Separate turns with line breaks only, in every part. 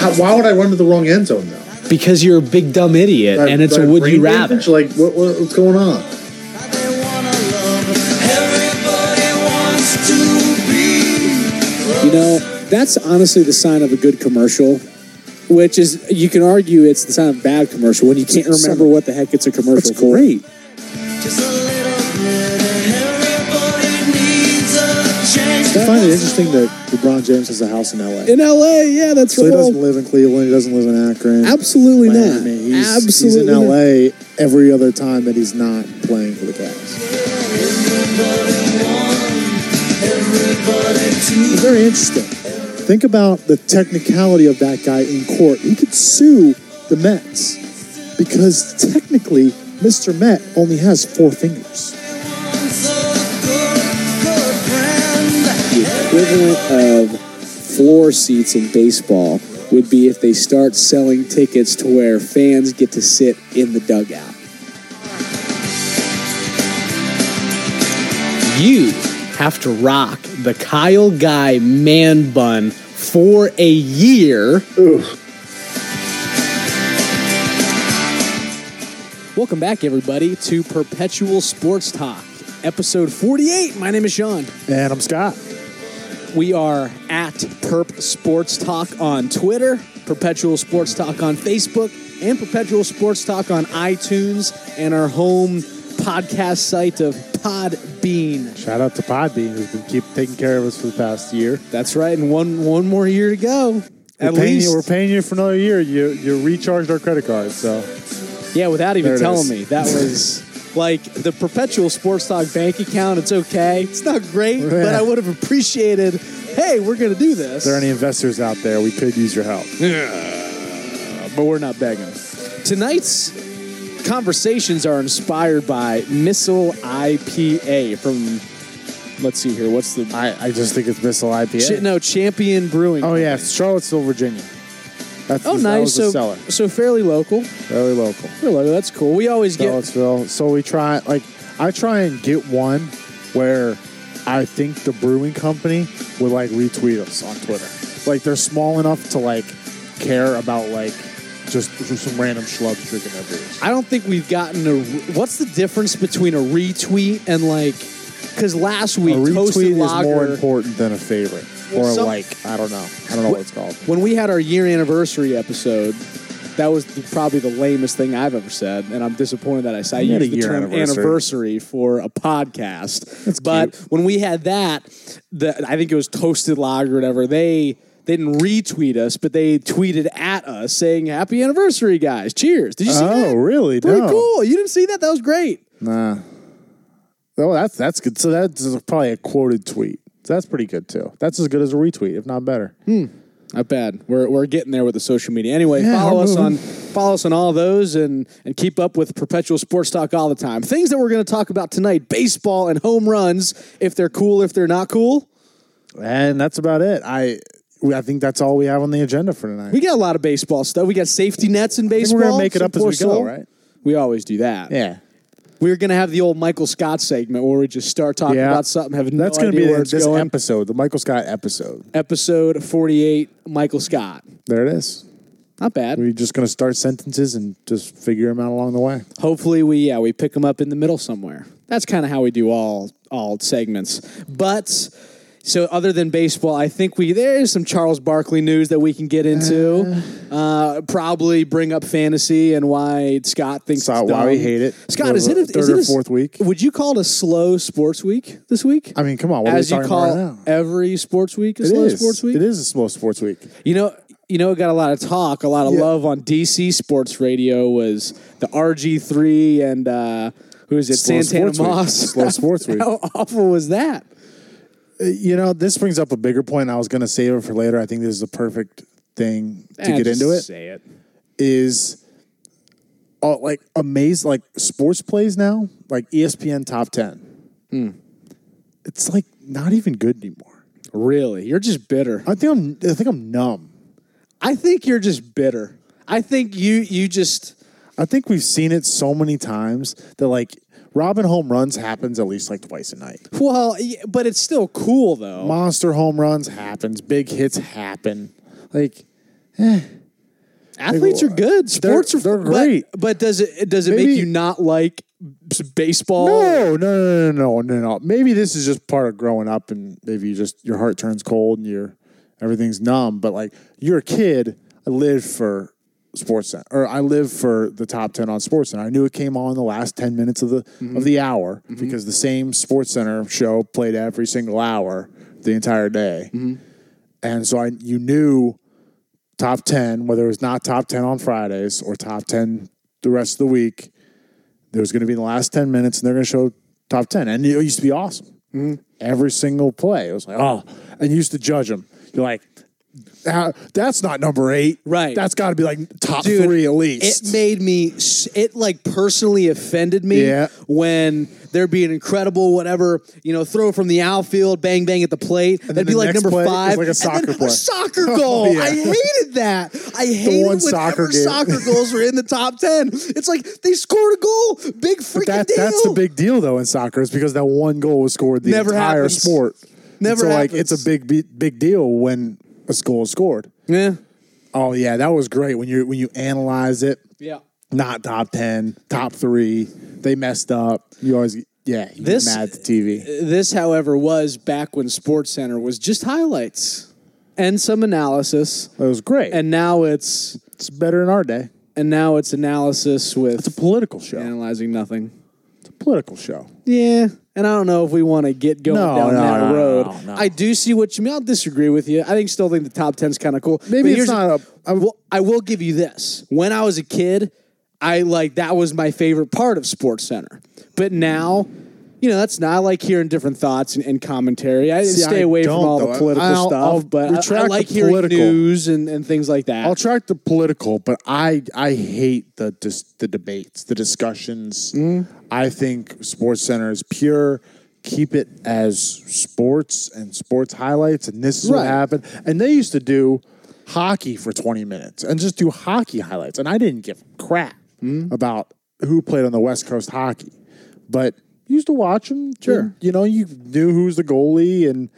how, why would I run to the wrong end zone though?
because you're a big dumb idiot
That-
and it's a
that
would you
brain
rather.
damage? Like what, what- what's going on?
You know, that's honestly the sign of a good commercial, which is you can argue it's the sign of a bad commercial when you can't remember what the heck it's a commercial for. Great.
I find it interesting that LeBron James has a house in L.A.
In LA, yeah, that's
so he
right.
doesn't live in Cleveland. He doesn't live in Akron.
Absolutely not.
Miami. He's,
Absolutely
he's in
not.
L.A. every other time that he's not playing for the Cavs. It's Very interesting. Think about the technicality of that guy in court. He could sue the Mets because technically, Mr. Met only has four fingers.
the equivalent of floor seats in baseball would be if they start selling tickets to where fans get to sit in the dugout.
You have to rock the Kyle Guy man bun for a year. Welcome back, everybody, to Perpetual Sports Talk, episode 48. My name is Sean.
And I'm Scott.
We are at Perp Sports Talk on Twitter, Perpetual Sports Talk on Facebook, and Perpetual Sports Talk on iTunes and our home podcast site of Podbean.
Shout out to Podbean who's been keep taking care of us for the past year.
That's right, and one one more year to go.
We're
At
paying
least,
you, we're paying you for another year. You you recharged our credit card, so
yeah, without even
There it
telling
is.
me, that was like the perpetual sports talk bank account. It's okay, it's not great, but
Yeah.
I would have appreciated. Hey, we're gonna do this.
if there are any investors out there, we could use your help. but we're not begging.
Tonight's conversations are inspired by Missile IPA from, let's see here, what's the.
I, I just think it's Missile IPA.
Ch- no, Champion Brewing.
Oh yeah, it's Charlottesville, Virginia. That's
Oh,
the, That
nice.
was the
So,
seller.
so fairly local.
Very local.
Fairly local. That's cool. We always get.
Charlottesville. So we try like I try and get one where I think the brewing company would like retweet us on Twitter. Like they're small enough to like care about like just some random schlub drinking their beers.
I don't think we've gotten a. re- What's the difference between a retweet and like. Because last
A
week, Toasted
retweet is
Lager.
more important than a favorite
Well,
or a
some-
like. I don't know. I don't know what it's called.
When we had our year anniversary episode, that was the, probably the lamest thing I've ever said, and I'm disappointed that I said I
We had
used
a
the
year
term anniversary.
anniversary.
for a podcast. but when we had that, the I think it was Toasted Lager, or whatever they. They didn't retweet us, but they tweeted at us saying "Happy anniversary, guys! Cheers!" Did you see that?
Oh, really?
Pretty
No.
cool. You didn't see that? That was great.
Nah. Oh, that's that's good. So that's probably a quoted tweet. So that's pretty good too. That's as good as a retweet, if not better.
Not bad. We're, we're getting there with the social media. Anyway,
Yeah,
follow
we're
us
moving.
on follow us on all those and and keep up with perpetual sports talk all the time. Things that we're going to talk about tonight: baseball and home runs. If they're cool, if they're not cool,
And that's about it. I we- I think that's all we have on the agenda for tonight.
we got a lot of baseball stuff. We got safety nets in baseball.
we're gonna make it
Some
up as
poor
we go,
soul.
right?
We always do that.
yeah.
We're going to have the old Michael Scott segment where we just start talking
Yeah.
about something. Have
That's
no
going to
idea
be
where
the,
it's
this
going.
episode, the Michael Scott episode.
Episode forty-eight. Michael Scott.
There it is.
Not bad.
We're just going to start sentences and just figure them out along the way.
Hopefully, we yeah we pick them up in the middle somewhere. That's kind of how we do all all segments. But so other than baseball, I think we there is some Charles Barkley news that we can get into. Uh, probably bring up fantasy and why Scott thinks
Scott,
it's
why we
dumb.
hate it.
Scott, is
The
it a,
third
is it
or
a-
fourth week.
Would you call it a slow sports week this week?
I mean, come on. What
As
are
you
we talking
call
about right now?
every sports week a
It
slow
is.
sports week.
It is a slow sports week.
You know, you know, it got a lot of talk, a lot of
Yeah.
love on DC sports radio was the RG three and uh, who is it,
Slow
Santana
sports week.
Moss?
Slow sports week.
How awful was that?
You know, this brings up a bigger point. I was going to save it for later. I think this is the perfect thing to
Eh,
get
just
into it.
say it.
is uh, like amazed like sports plays now like E espn top 10 it's like not even good anymore
Really, you're just bitter.
i think i'm i think i'm numb
I think you're just bitter. I think you you just
i think we've seen it so many times that like robin home runs happens at least like twice a night
well, y- but it's still cool though.
monster home runs happens big hits happen like
Athletes are good. Sports are
they're
but-
great.
But, does it does it
Maybe-
make you not like b- baseball?
No, no, no, no, no, no, no. Maybe this is just part of growing up, and maybe you just your heart turns cold and your everything's numb. But like you're a kid, I lived for sports Cen- or I lived for the top ten on sports center. I knew it came on the last ten minutes of the of the hour because the same sports center show played every single hour the entire day, and so I you knew top ten whether it was not top ten on Fridays or top ten the rest of the week there was going to be the last 10 minutes and they're going to show top 10 and it used to be awesome
Mm-hmm.
every single play it was like oh and you used to judge them you're like "Ah, that's not number eight
Right.
that's got to be like top
Dude,
three at
It
least
made me. s- It like personally offended me
Yeah.
when there'd be an incredible whatever you know throw from the outfield, bang bang at the plate.
then
That'd be
the
like
next
number
play is
five,
like a
and then
soccer play. Oh,
soccer goal.
yeah.
I hated that. I hated
one
whenever
soccer
soccer,
game.
goals were in the top ten. It's like they scored a goal, big freaking
that,
deal.
that's the big deal though in soccer is because that one goal was scored the
Never
entire
happens.
sport
Never
so like
happens.
it's a big be- big deal when a goal is scored
yeah,
oh yeah that was great when you when you analyze it
yeah.
not top 10, top three. They messed up. You always, yeah, you
This-
this, mad at the TV.
This, however, was back when Sports Center was just highlights and some analysis,
It was great. And
and now it's
it's better in our day.
and now it's analysis with
It's a political show.
analyzing nothing.
It's a political show.
Yeah, and I don't know if we want to get going
No,
down
no,
that
no, no,
road.
no, no.
I do see what you mean. I'll disagree with you. I think still think the top ten's kind of cool.
Maybe
But
it's
here's-
not a-
I will, I will give you this. When I was a kid, I like that was my favorite part of Sports Center. But now, you know, that's not I like hearing different thoughts and, and commentary. I
See,
stay
I
away from
don't,
all
though.
the political
I'll-
stuff,
I'll
but I- I,
retract the
like hearing
political.
news and, and things like that.
I'll track the political, but I I hate the dis- the debates, the discussions.
Mm-hmm.
I think Sports Center is pure. Keep it as sports and sports highlights, and this is
Right.
what happened. And they used to do hockey for twenty minutes and just do hockey highlights, and I didn't give a crap
Mm-hmm.
about who played on the West Coast hockey, but you used to watch them. Sure, you know you knew who was the goalie and.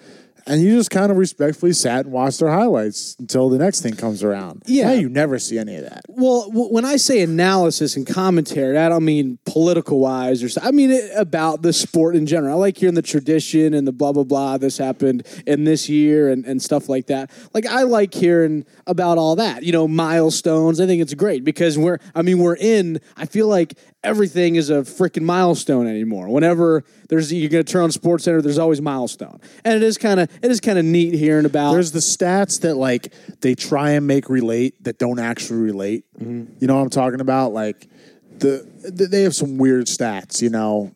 And you just kind of respectfully sat and watched their highlights until the next thing comes around.
Yeah.
Now you never see any of that.
Well, w- when I say analysis and commentary, I don't mean political wise or so. I mean it, about the sport in general. I like hearing the tradition and the blah blah blah. This happened in this year and, and stuff like that. Like I like hearing about all that. You know, milestones. I think it's great because we're. I mean, we're in. I feel like everything is a freaking milestone anymore. Whenever there's you're gonna turn on Sports Center, there's always milestone, and it is kind of it is kind of neat hearing about.
There's the stats that like they try and make relate that don't actually relate.
Mm-hmm.
You know what I'm talking about? Like the th- they have some weird stats. You know,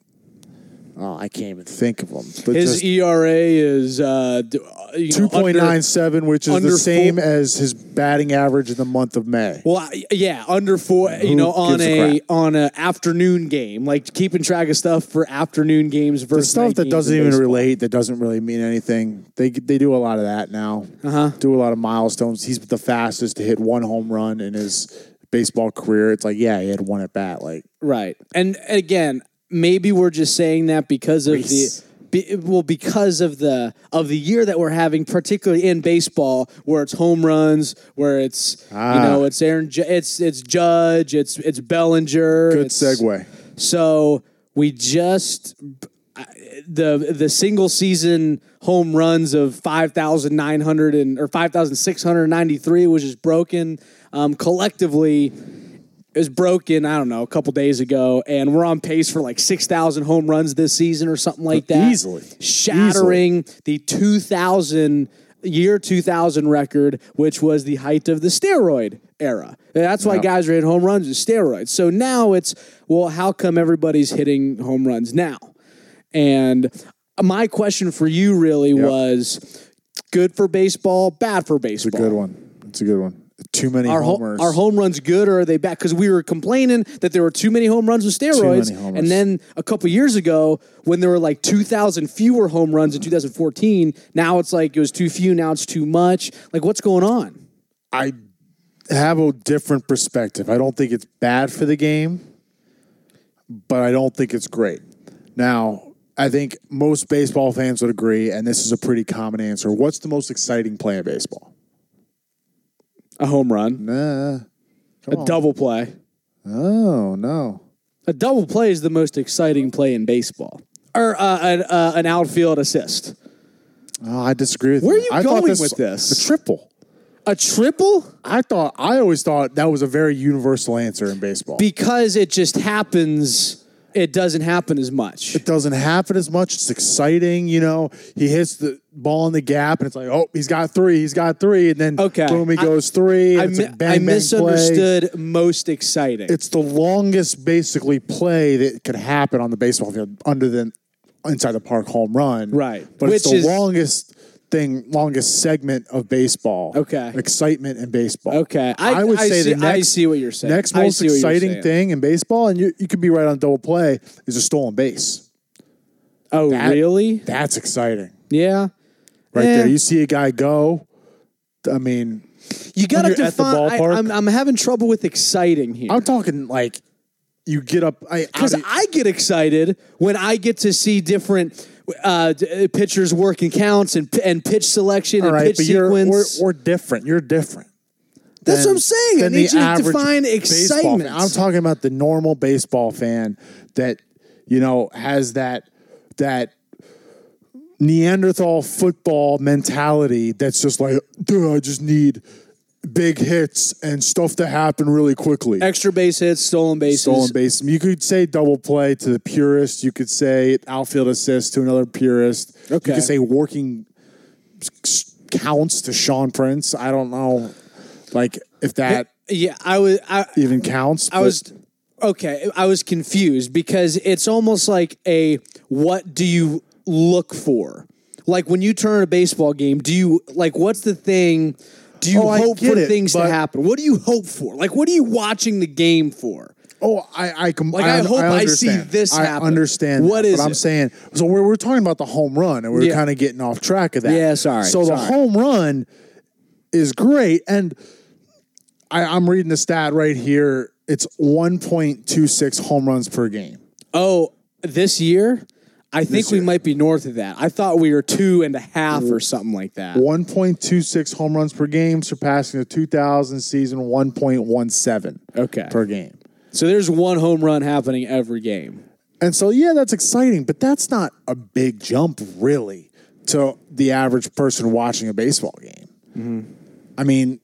oh, I can't even think of them. But
his
just
ERA is uh, d- uh, you know,
two
under-
point nine seven, which is
under
the
four-
same as his batting average in the month of May.
Well, I- yeah, under four. you
Who
know, on
gives a
a,
crap?
on a afternoon game, like keeping track of stuff for afternoon games
The
versus
stuff
night
that
games
doesn't
in
even
baseball.
relate, that doesn't really mean anything. They they do a lot of that now. Uh-huh. Do a lot of milestones. He's the fastest to hit one home run in his baseball career. It's like, yeah, he had one at bat. Like
Right, and and again, maybe we're just saying that because of
Race.
the. Be, well, because of the of the year that we're having, particularly in baseball, where it's home runs, where it's you
Ah.
know it's Aaron, Ju- it's it's Judge, it's it's Bellinger.
good
it's-
segue.
So we just the the single season home runs of five thousand nine hundred and or five thousand six hundred ninety three, which is broken um, collectively. Is broken. I don't know a couple days ago, and we're on pace for like six thousand home runs this season or something like that.
Easily.
shattering the two thousand year two thousand record, which was the height of the steroid era. And that's why guys are hitting home runs with steroids. So now it's well, how come everybody's hitting home runs now? And my question for you really was good for baseball, bad for baseball.
Good one. It's a good one. Too many
Are, ho-
homers.
are home runs good or are they bad? Because we were complaining that there were too many home runs with steroids.
many homers.
And then a couple years ago, when there were like 2,000 fewer home runs in 2014, now it's like it was too few, now it's too much. Like, what's going on?
I have a different perspective. I don't think it's bad for the game, but I don't think it's great. Now, I think most baseball fans would agree, and this is a pretty common answer. What's the most exciting play in baseball?
a home run,
Nah. Come
a
on.
double play.
Oh no.
A double play is the most exciting play in baseball, or uh, an, uh, an outfield assist.
Oh, I disagree with
Where are
you.
you
I thought
going with this?
A triple.
A triple
I thought I always thought that was a very universal answer in baseball.
because it just happens. It doesn't happen as much.
it doesn't happen as much. It's exciting, you know. He hits the ball in the gap, and it's like, oh, he's got three. He's got three, and then
Okay.
boom, he
I-
goes three. And
I,
it's
mi-
a
I
bang, bang Play.
misunderstood. Most exciting.
It's the longest, basically, play that could happen on the baseball field, under than inside the park home run,
Right.
But it's
Which
the
is-
longest thing, longest segment of baseball.
Okay.
excitement in baseball.
Okay. I-
would
I
say
see-
the next,
I see what you're saying.
Next
I
most
see what you're
exciting
saying.
thing in baseball, and you you could be right on double play is a stolen base.
oh,
that-
really?
That's exciting.
Yeah.
right
Yeah.
there. You see a guy go. I mean,
You got to
you're at the
define. I,
ballpark-
I'm, I'm having trouble with exciting here.
I'm talking like you get up. I,
because
I,
I get excited when I get to see different uh, d- pitchers working counts and and pitch selection
all
and
right,
pitch
but you're
sequence.
we're, we're different. You're different.
That's
than-
what I'm saying. I
than
need
the
you to
average
define
baseball
excitement.
fan. I'm talking about the normal baseball fan that you know has that that Neanderthal football mentality that's just like, dude, I just need big hits and stuff to happen really quickly.
Extra base hits, stolen bases.
stolen base. You could say double play to the purist. You could say outfield assist to another purist.
Okay.
You could say working s- counts to Sean Prince. I don't know, like if that
Yeah, I was. I,
even counts.
I was okay. I was confused because it's almost like a what do you look for? Like when you turn a baseball game, do you like what's the thing? Do you
Oh, I
hope
get
for
it,
things to
but-
happen? What do you hope for? Like what are you watching the game for?
Oh, I I com-
Like, I hope I see
understand.
this
I
happen.
understand.
What
What is
is
but I'm
it?
saying? So we're we're talking about the home run, and we're
Yeah.
kind of getting off track of that.
Yeah, sorry,
So the
sorry.
home run is great, and I, I'm reading the stat right here. It's 1.26 home runs per game.
Oh, this year? I think we
year.
might be north of that. I thought we were two and a half or something like that.
1.26 home runs per game, surpassing the 2000 season 1.17
Okay.
per game.
So there's one home run happening every game.
And so, yeah, that's exciting, but that's not a big jump, really, to the average person watching a baseball game. I mean,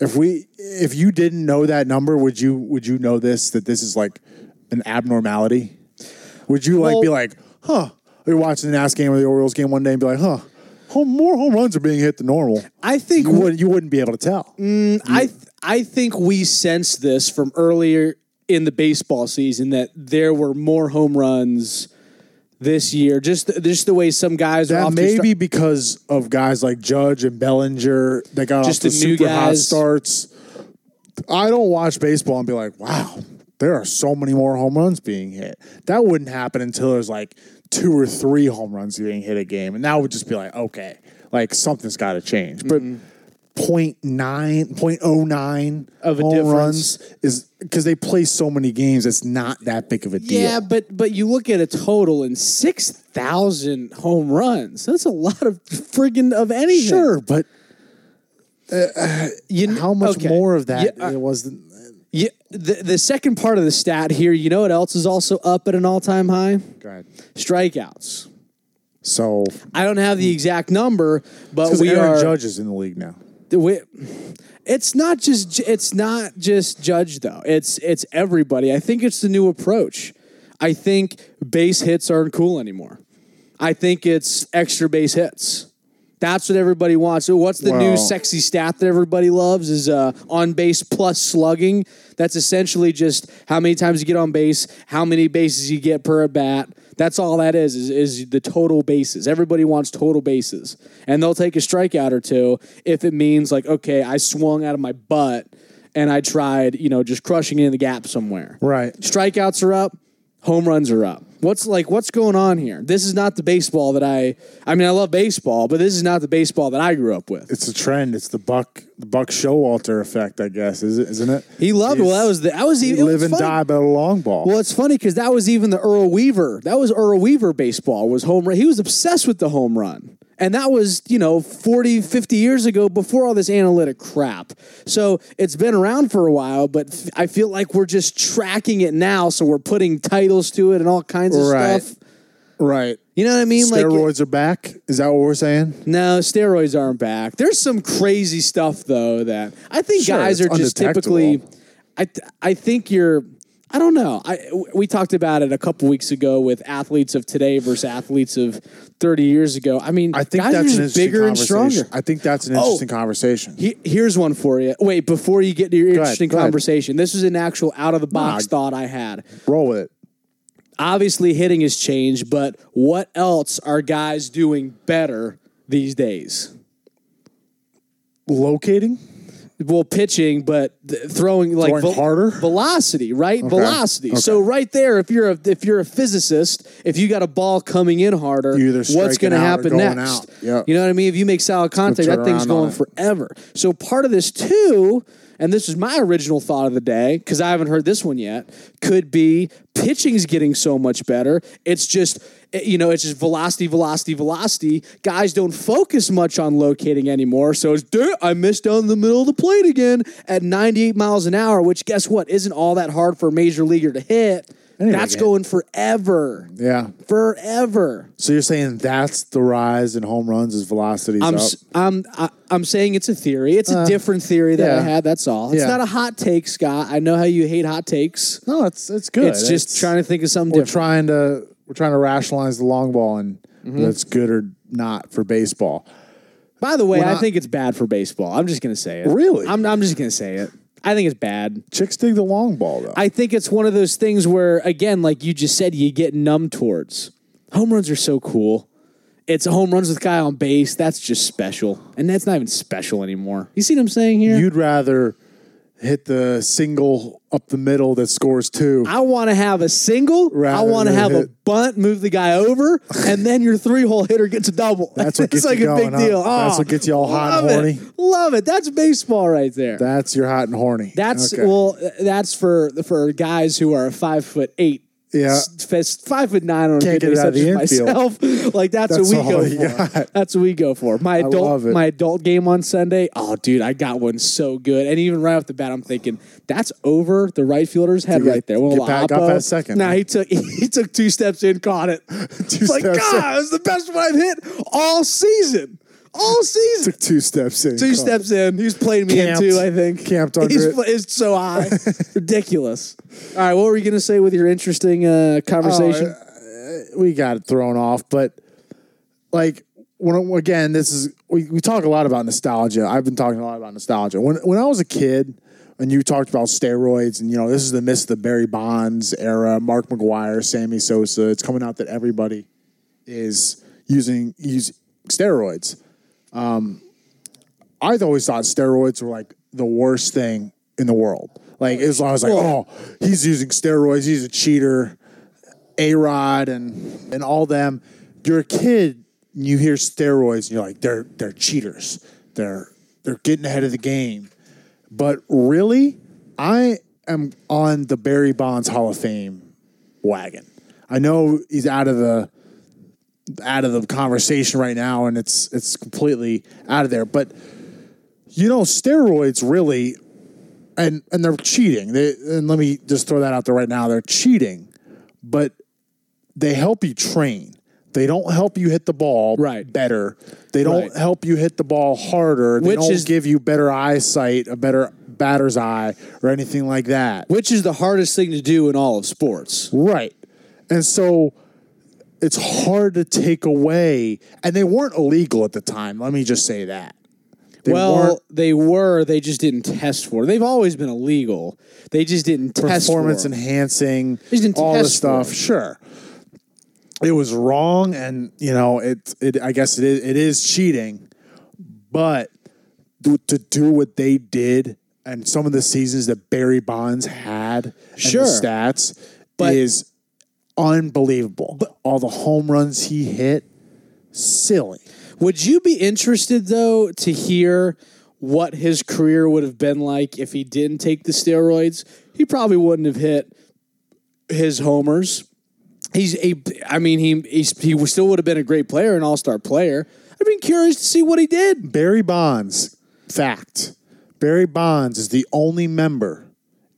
if we, if you didn't know that number, would you, would you know this that this is like an abnormality? Would you like
Well-
be like, huh? You're watching the Nats game or the Orioles game one day and be like, huh? Home, more home runs are being hit than normal.
I think
You wouldn't, you wouldn't be able to tell.
I th- I think we sensed this from earlier in the baseball season that there were more home runs this year. Just th- just the way some guys are
That
off to
may
start-
be because of guys like Judge and Bellinger that got
Just
off to
the new
super hot
guys.
starts. I don't watch baseball and be like, wow, there are so many more home runs being hit. That wouldn't happen until there's like two or three home runs being hit a game. And that would just be like, okay, like something's got to change. But point nine, point oh nine 0.09
Mm-hmm. Of a
home
difference.
runs is because they play so many games, it's not that big of a deal.
yeah, but but you look at a total and six thousand home runs. That's a lot of friggin' of anything.
Sure, but
You kn-
how much
okay.
more of that
Yeah, uh,
it was than-
yeah, the the second part of the stat here. You know what else is also up at an all time high? Strikeouts.
So
I don't have the exact number, but
because
we
Hmm. Aaron
are
Judge is in the league now.
the way- it's not just it's not just judge though it's it's everybody i think it's the new approach i think base hits aren't cool anymore i think it's extra base hits that's what everybody wants so what's the new
Well-
sexy stat that everybody loves is uh, on base plus slugging that's essentially just how many times you get on base how many bases you get per at bat that's all that is, is is the total bases everybody wants total bases and they'll take a strikeout or two if it means like okay i swung out of my butt and i tried you know just crushing it in the gap somewhere
Right.
strikeouts are up, home runs are up. What's like what's going on here? This is not the baseball that I I mean I love baseball, but this is not the baseball that I grew up with.
It's a trend. It's the Buck the Buck Showalter effect, I guess, is it, isn't it?
He loved well that was the that was
He
even
live and die by the long ball.
Well, it's funny because that was even the Earl Weaver. That was Earl Weaver baseball was home run. He was obsessed with the home run. And that was, you know, 40, 50 years ago before all this analytic crap. So it's been around for a while, but f- I feel like we're just tracking it now. So we're putting titles to it and all kinds of
Right.
stuff.
Right.
You know what I mean? Like,
Steroids are back. Is that what we're saying?
no, steroids aren't back. There's some crazy stuff though that I think
Sure,
guys are
it's
just typically. I th- I think you're. I don't know. I w- we talked about it a couple weeks ago with athletes of today versus athletes of 30 years ago. I mean,
I think
guys
that's
are
an
just
interesting
bigger and
conversation. Oh.
stronger.
I think that's an interesting conversation.
He- here's one for you. Wait, before you get to your
ahead,
interesting
go ahead.
conversation, this is an actual out of the box
Nah.
thought I had.
Roll with it.
Obviously, hitting has changed, but what else are guys doing better these days?
Locating.
well pitching but th- throwing like
Throwing harder?
velocity right velocity so right there if you're a if you're a physicist if you got a ball coming in harder
You're either
what's
striking
gonna
out or
happen
going
next
out. Yep.
you know what i mean if you make solid contact
turn
that thing's
around on
going
it.
forever so part of this too and this is my original thought of the day because i haven't heard this one yet could be pitching's getting so much better it's just eh, you know it's just velocity velocity velocity guys don't focus much on locating anymore so it's "Duh, i missed down the middle of the plate again at 98 miles an hour which guess what isn't all that hard for a major leaguer to hit
Anybody
that's
can.
going forever
Yeah.
forever
So you're saying that's the rise in home runs is velocities
I'm
up.
s- I'm I, I'm saying it's a theory. It's a different theory that I
Uh, yeah.
had. That's all. It's
Yeah.
not a hot take, Scott. I know how you hate hot takes.
no, it's it's good.
It's just trying to think of something
we're
different.
trying to we're trying to rationalize the long ball and whether it's good or not for baseball.
By the way, I
I-
think it's bad for baseball. I'm just gonna say it.
Really?
I'm I'm just gonna say it. I think it's bad.
Chicks dig the long ball though.
I think it's one of those things where, again, like you just said, you get numb towards. Home runs are so cool. It's home runs with guy on base. That's just special, and that's not even special anymore. You see what I'm saying here?
You'd rather hit the single up the middle that scores two.
I want to have a single. I
Rather
want to
than
have a
hit-
bunt, move the guy over, and then your three hole hitter gets a double.
That's what
It's
gets
like
you
a
going,
big
huh?
deal.
That's
Oh,
what gets you all hot and
love
horny.
It. Love it. That's baseball right there.
that's your hot and horny.
that's
Okay.
well. That's for for guys who are five foot eight.
Yeah.
s- fist- five foot nine on a
Can't
good
get
day,
it out of
such
the
as myself. Like that's,
That's
what we
all
go
you
for.
got.
That's what we go for. My adult
love it.
my adult game on Sunday. Oh, dude, I got one so good. And even right off the bat, I'm thinking that's over the right fielder's head
Get-
right there. Well,
get back- got
Oppo-
past second,
Nah,
huh?
he took he took two steps in, caught it. it's like
steps in.
God, it was the best one I've hit all season, all season.
two steps in.
Two
Come on.
steps in. He's played me
Camped.
in two, I think.
Camped under
He's
it.
pla- It's so high. Ridiculous. All right, what were you going to say with your interesting uh, conversation?
Oh, uh, we got thrown off, but like when again, this is we, we talk a lot about nostalgia. I've been talking a lot about nostalgia. When when I was a kid, and you talked about steroids, and you know this is the midst of the Barry Bonds era, Mark McGuire, Sammy Sosa. It's coming out that everybody is using use steroids. Um, I've always thought steroids were like the worst thing in the world. Like as long as like, oh, he's using steroids, he's a cheater. A Rod and and all them. You're a kid, and you hear steroids, and you're like, they're they're cheaters. They're they're getting ahead of the game. But really, I am on the Barry Bonds Hall of Fame wagon. I know he's out of the out of the conversation right now, and it's it's completely out of there. But you know, steroids really, and and they're cheating. They, and let me just throw that out there right now. They're cheating but they help you train. They don't help you hit the ball
Right.
better. They don't
Right.
help you hit the ball harder. They
Which
don't
is-
give you better eyesight, a better batter's eye, or anything like that.
Which is the hardest thing to do in all of sports?
Right. And so it's hard to take away. And they weren't illegal at the time. Let me just say that. They
well,
weren't
they were. They just didn't test for. it. They've always been illegal. They just didn't test for.
performance
it.
enhancing,
Just didn't
all this
test for
stuff. Sure, it was wrong, and you know it. It I guess it is, it is cheating, but do- to do what they did and some of the seasons that Barry Bonds had, and the
Sure.
stats
But-
is unbelievable. all the home runs he hit, silly.
Would you be interested though to hear what his career would have been like if he didn't take the steroids? He probably wouldn't have hit his homers. He's a, I mean, he he's, he still would have been a great player, an all star player. I mean, curious to see what he did.
Barry Bonds, fact. Barry Bonds is the only member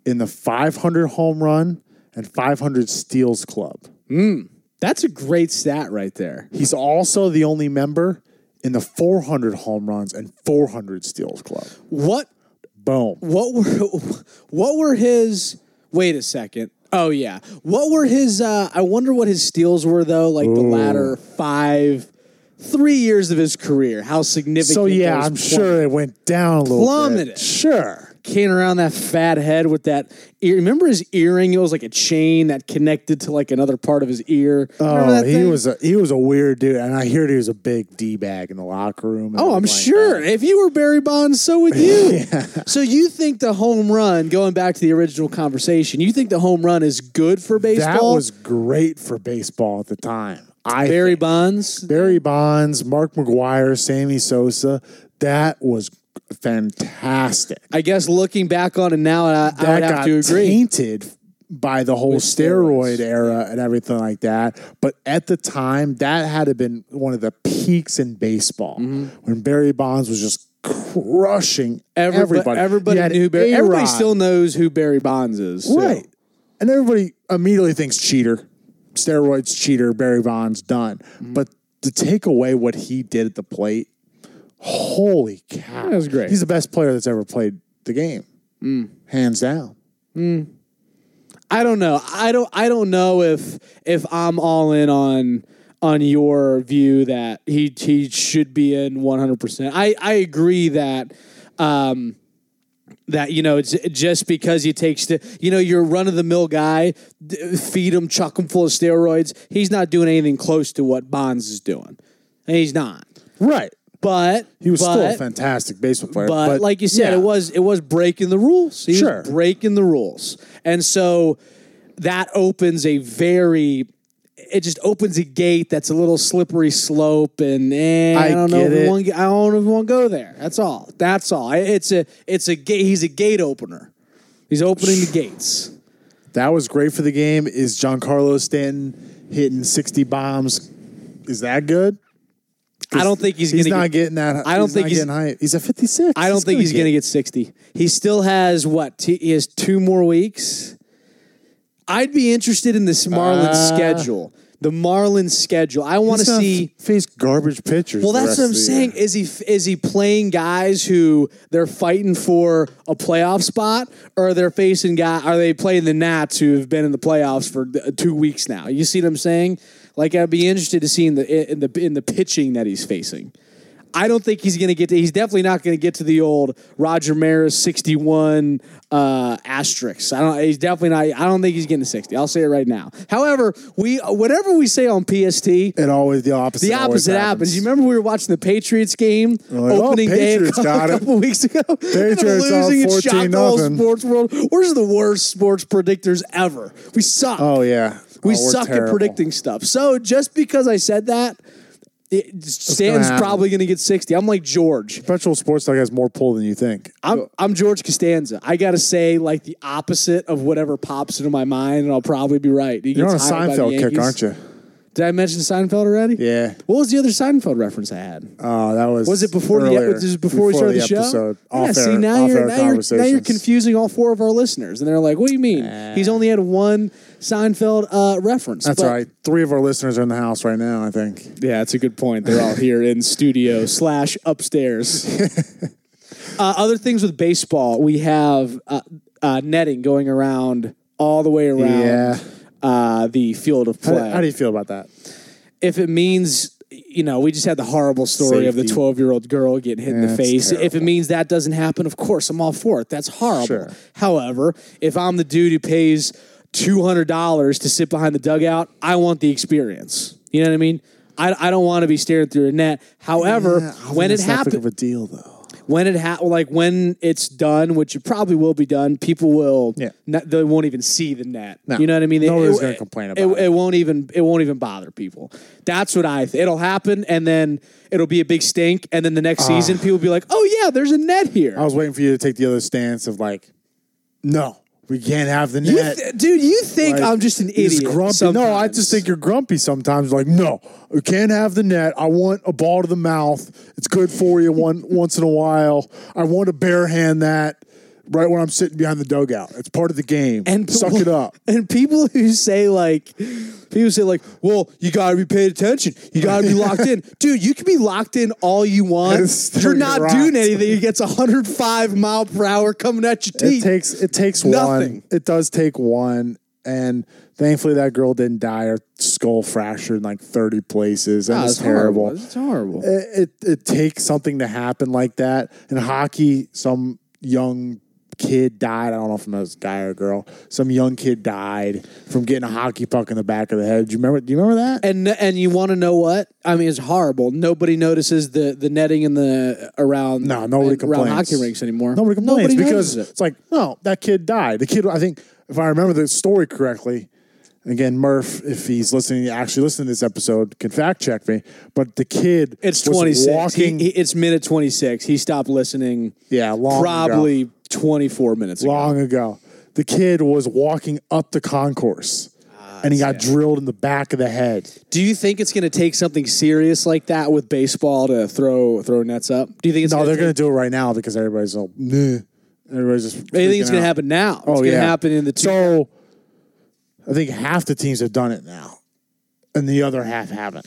in the 500 home run and 500 steals club.
That's a great stat right there.
He's also the only member in the 400 home runs and 400 steals club.
What
Boom.
what were what were his wait a second. Oh yeah. What were his uh I wonder what his steals were though, like the latter five three years of his career. How significant
So yeah,
those
I'm
plum-
sure it went down a little
plummeted.
bit. Sure.
came around that fat head with that ear. Remember his earring? It was like a chain that connected to like another part of his ear. Remember
Oh,
that
he
thing?
was a he was a weird dude, and I heard he was a big d bag in the locker room. and
Oh, I'm
like
sure.
that.
If you were Barry Bonds, so would you. So you think the home run, going back to the original conversation, you think the home run is good for
that
baseball?
was great for baseball at the time. I
Barry Bonds.
Barry Bonds, Mark McGuire, Sammy Sosa. That was fantastic.
I guess looking back on it now, I, I
That
would have
got
to agree.
tainted by the whole
steroids.
steroid era and everything like that. But at the time, that had to been one of the peaks in baseball
Mm-hmm.
when Barry Bonds was just crushing
Everybo-
everybody.
everybody
You had
knew Barry. Everybody
A-Rod.
still knows who Barry Bonds is. so-
Right. And everybody immediately thinks cheater, steroids, cheater, Barry Bonds, done.
Mm-hmm.
But to take away what he did at the plate, holy cow.
That was great. Mm.
He's the best player that's ever played the game, hands down.
I don't know. I don't. I don't know if if I'm all in on on your view that he he should be in 100. percent I I agree that. Um, that you know, it's just because you take st- you know you're a run of the mill guy, d- feed him, chuck him full of steroids. He's not doing anything close to what Bonds is doing, and he's not.
Right.
But
He was still a
but-
fantastic baseball player.
but,
But,
like you said,
yeah.
it was it was breaking the rules. He was
Sure.
breaking the rules, and so that opens a very it just opens a gate that's a little slippery slope, and eh, I,
I
don't know
get
if we
it.
want, I don't know if we want to go there. That's all. That's all. I- It's a it's a gate. He's a gate opener. He's opening the gates.
That was great for the game. Is Giancarlo Stanton hitting 60 bombs? Is that good?
I don't think he's,
He's
gonna
not
get,
getting that.
I don't
he's
think
not
he's-
getting high. He's at 56.
I don't think he's
get-
going to get 60. He still has what? T- he has two more weeks. I'd be interested in this Marlins
Uh,
schedule. The Marlins schedule. I want to
He's gonna
see
f- face garbage pitchers.
well,
the
that's
rest
what
of
I'm
the
saying.
year.
Is he is he playing guys who they're fighting for a playoff spot, or they're facing guy? Are they playing the Nats who have been in the playoffs for uh, two weeks now? You see what I'm saying? Like I'd be interested to see in the in the in the pitching that he's facing. I don't think he's going to get to. He's definitely not going to get to the old Roger Maris 61 uh, asterisk. I don't. He's definitely not. I don't think he's getting to 60. I'll say it right now. However, we whatever we say on PST,
It always the opposite.
the
always
opposite happens. You remember we were watching the Patriots game
like, oh,
opening day a
Patriots
couple,
got it.
couple weeks ago.
Patriots
They're losing
out
it shocked the whole
14-0.
sports world. We're just the worst sports predictors ever. We suck.
Oh yeah,
we
Oh, we're
suck at
terrible.
predicting stuff. So just because I said that, it, Stanton's
happen.
probably going to get sixty. I'm like George.
Perpetual sports talk has more pull than you think.
I'm I'm George Costanza. I got to say like the opposite of whatever pops into my mind, and I'll probably be right. He
You're on a
gets hired by the
Seinfeld kick,
Yankees.
aren't you?
Did I mention Seinfeld already?
Yeah.
What was the other Seinfeld reference I had?
Oh, that was.
Was it before the
earlier,
was it before, we started the, show?
Episode.
Yeah,
Off
see
air-
now
off
you're now you're
air
now you're
conversations.
confusing all four of our listeners, and they're like, "What do you mean? He's only had one Seinfeld uh, reference."
That's
But-
all right. Three of our listeners are in the house right now. I think.
Yeah, that's a good point. They're all here in studio slash upstairs. uh, other things with baseball, we have uh, uh, netting going around all the way around
Yeah.
uh, the field of
How,
play.
how do you feel about that?
if it means you know we just had the horrible story of the
Safety.
12 year old girl getting hit in the
That's
face if it
terrible.
means that doesn't happen of course i'm all for it that's horrible
Sure.
however if i'm the dude who pays $200 to sit behind the dugout i want the experience you know what i mean i, I don't want to be staring through a net however when it happens
of a deal though.
when it ha- like when it's done, which it probably will be done, people will
Yeah.
no- they won't even see the net.
No.
You know what I mean? It-
Nobody's
it-
gonna complain
it,
about it.
it won't even it won't even bother people. That's what I. Th- it'll happen, and then it'll be a big stink, and then the next
Ah.
season people will be like, "Oh yeah, there's a net here."
I was waiting for you to take the other stance of like, no, we can't have the
You
net.
th- dude, you think
Like,
I'm just an
he's
idiot?
grumpy. No, I
sometimes.
just think you're grumpy sometimes. Like, no, we can't have the net. I want a ball to the mouth. It's good for you one once in a while. I want to bare hand that right when I'm sitting behind the dugout. It's part of the game.
and
suck
well,
it up.
And people who say like, people say like, well, you gotta be paid attention. You gotta be locked in, dude. You can be locked in all you want.
It's still
You're
gonna
not
rot.
doing anything. It gets 105 mile per hour coming at your
It
teeth.
takes it takes
Nothing.
one. It does take one. And thankfully, that girl didn't die. Her skull fractured in like thirty places. That
Ah,
was terrible.
horrible. It's horrible.
it, it it takes something to happen like that. In hockey, some young kid died. I don't know if it was a guy or a girl. Some young kid died from getting a hockey puck in the back of the head. Do you remember? Do you remember that?
And and you want to know what? I mean, it's horrible. Nobody notices the the netting in the around
no, nobody
around
complains.
hockey rinks anymore.
Nobody complains because
notices it.
it's like, no, that kid died. The kid, I think, if I remember the story correctly, again, Murph, if he's listening, actually listening to this episode, can fact check me. But the kid,
It's
was
26.
Walking,
He- he- it's minute 26. He stopped listening.
Yeah, long ago.
probably 24 minutes ago.
long ago. The kid was walking up the concourse
Ah,
and he got drilled in the back of the head.
Do you think it's going to take something serious like that with baseball to throw throw nets up? Do you think it's
No,
gonna
Oh, they're
take-
going to do it right now because everybody's all, nah. Everybody's just.
I think it's
freaking
going to
out. Oh,
happen now. it's going to happen in the two.
So I think half the teams have done it now and the other half haven't.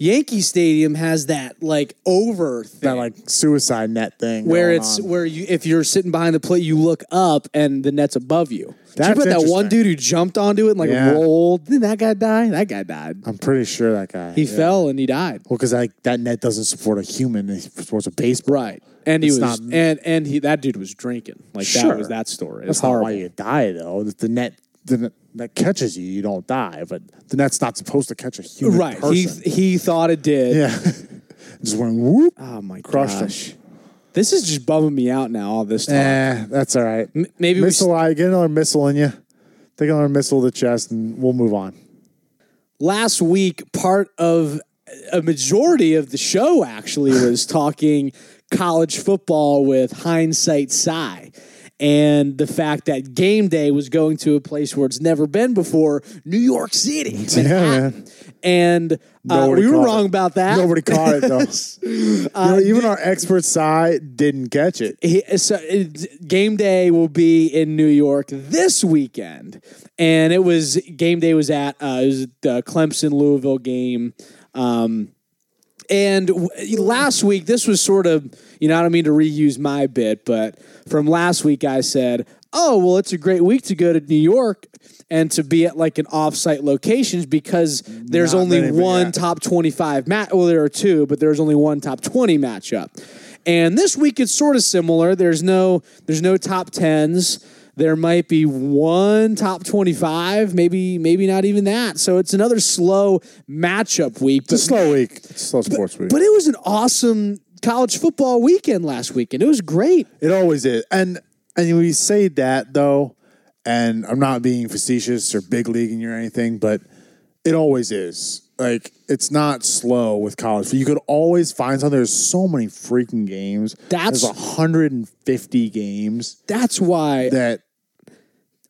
Yankee Stadium has that like over thing
That like suicide net thing.
where
going
it's
on.
where you if you're sitting behind the plate, you look up and the net's above you. Did you
That's
put that one
interesting.
dude who jumped onto it and like
Yeah.
rolled? Didn't that guy die? That guy died.
I'm pretty sure that guy.
He
yeah.
fell and he died.
Well, because like that net doesn't support a human; it supports a baseball.
Right. And he
It's
was
not-
and and he that dude was drinking. Like
Sure.
that was that story.
That's
it's horrible.
not why you die, though. If the net the net that catches you, you don't die. But the net's not supposed to catch a human
right. He
person.
he thought it did.
yeah, just went whoop.
Oh my
Crushed
gosh. This is just bumming me out now. All this time.
Eh, that's all right.
M- maybe we
missile. eye, get another missile in you. Take another missile to the chest, and we'll move on.
Last week, part of a majority of the show actually was talking college football with hindsight Psy. And the fact that game day was going to a place where it's never been before, New York City. Manhattan. And uh,
Nobody
we were
caught
wrong
it.
about that.
Nobody caught it though. Ah. Uh, You know, even our expert side didn't catch it.
he, so uh, game day will be in New York this weekend, and it was game day was at uh, it was the Clemson Louisville game. Um, and w- last week, this was sort of you know I don't mean to reuse my bit, but from last week I said, oh well, it's a great week to go to New York and to be at like an offsite locations because there's
Not
only
many, but
one
yeah.
top 25 match. Well, there are two, but there's only one top 20 matchup. And this week it's sort of similar. There's no there's no top 10s. There might be one top 25, maybe maybe not even that. So it's another slow matchup week.
It's a slow week. It's a slow sports week.
But it was an awesome college football weekend last weekend. It was great.
It always is. And and we say that though, and I'm not being facetious or big leaguing you or anything, but it always is. Like it's not slow with college. You could always find something. There's so many freaking games.
That's-
There's 150 games
That's why
that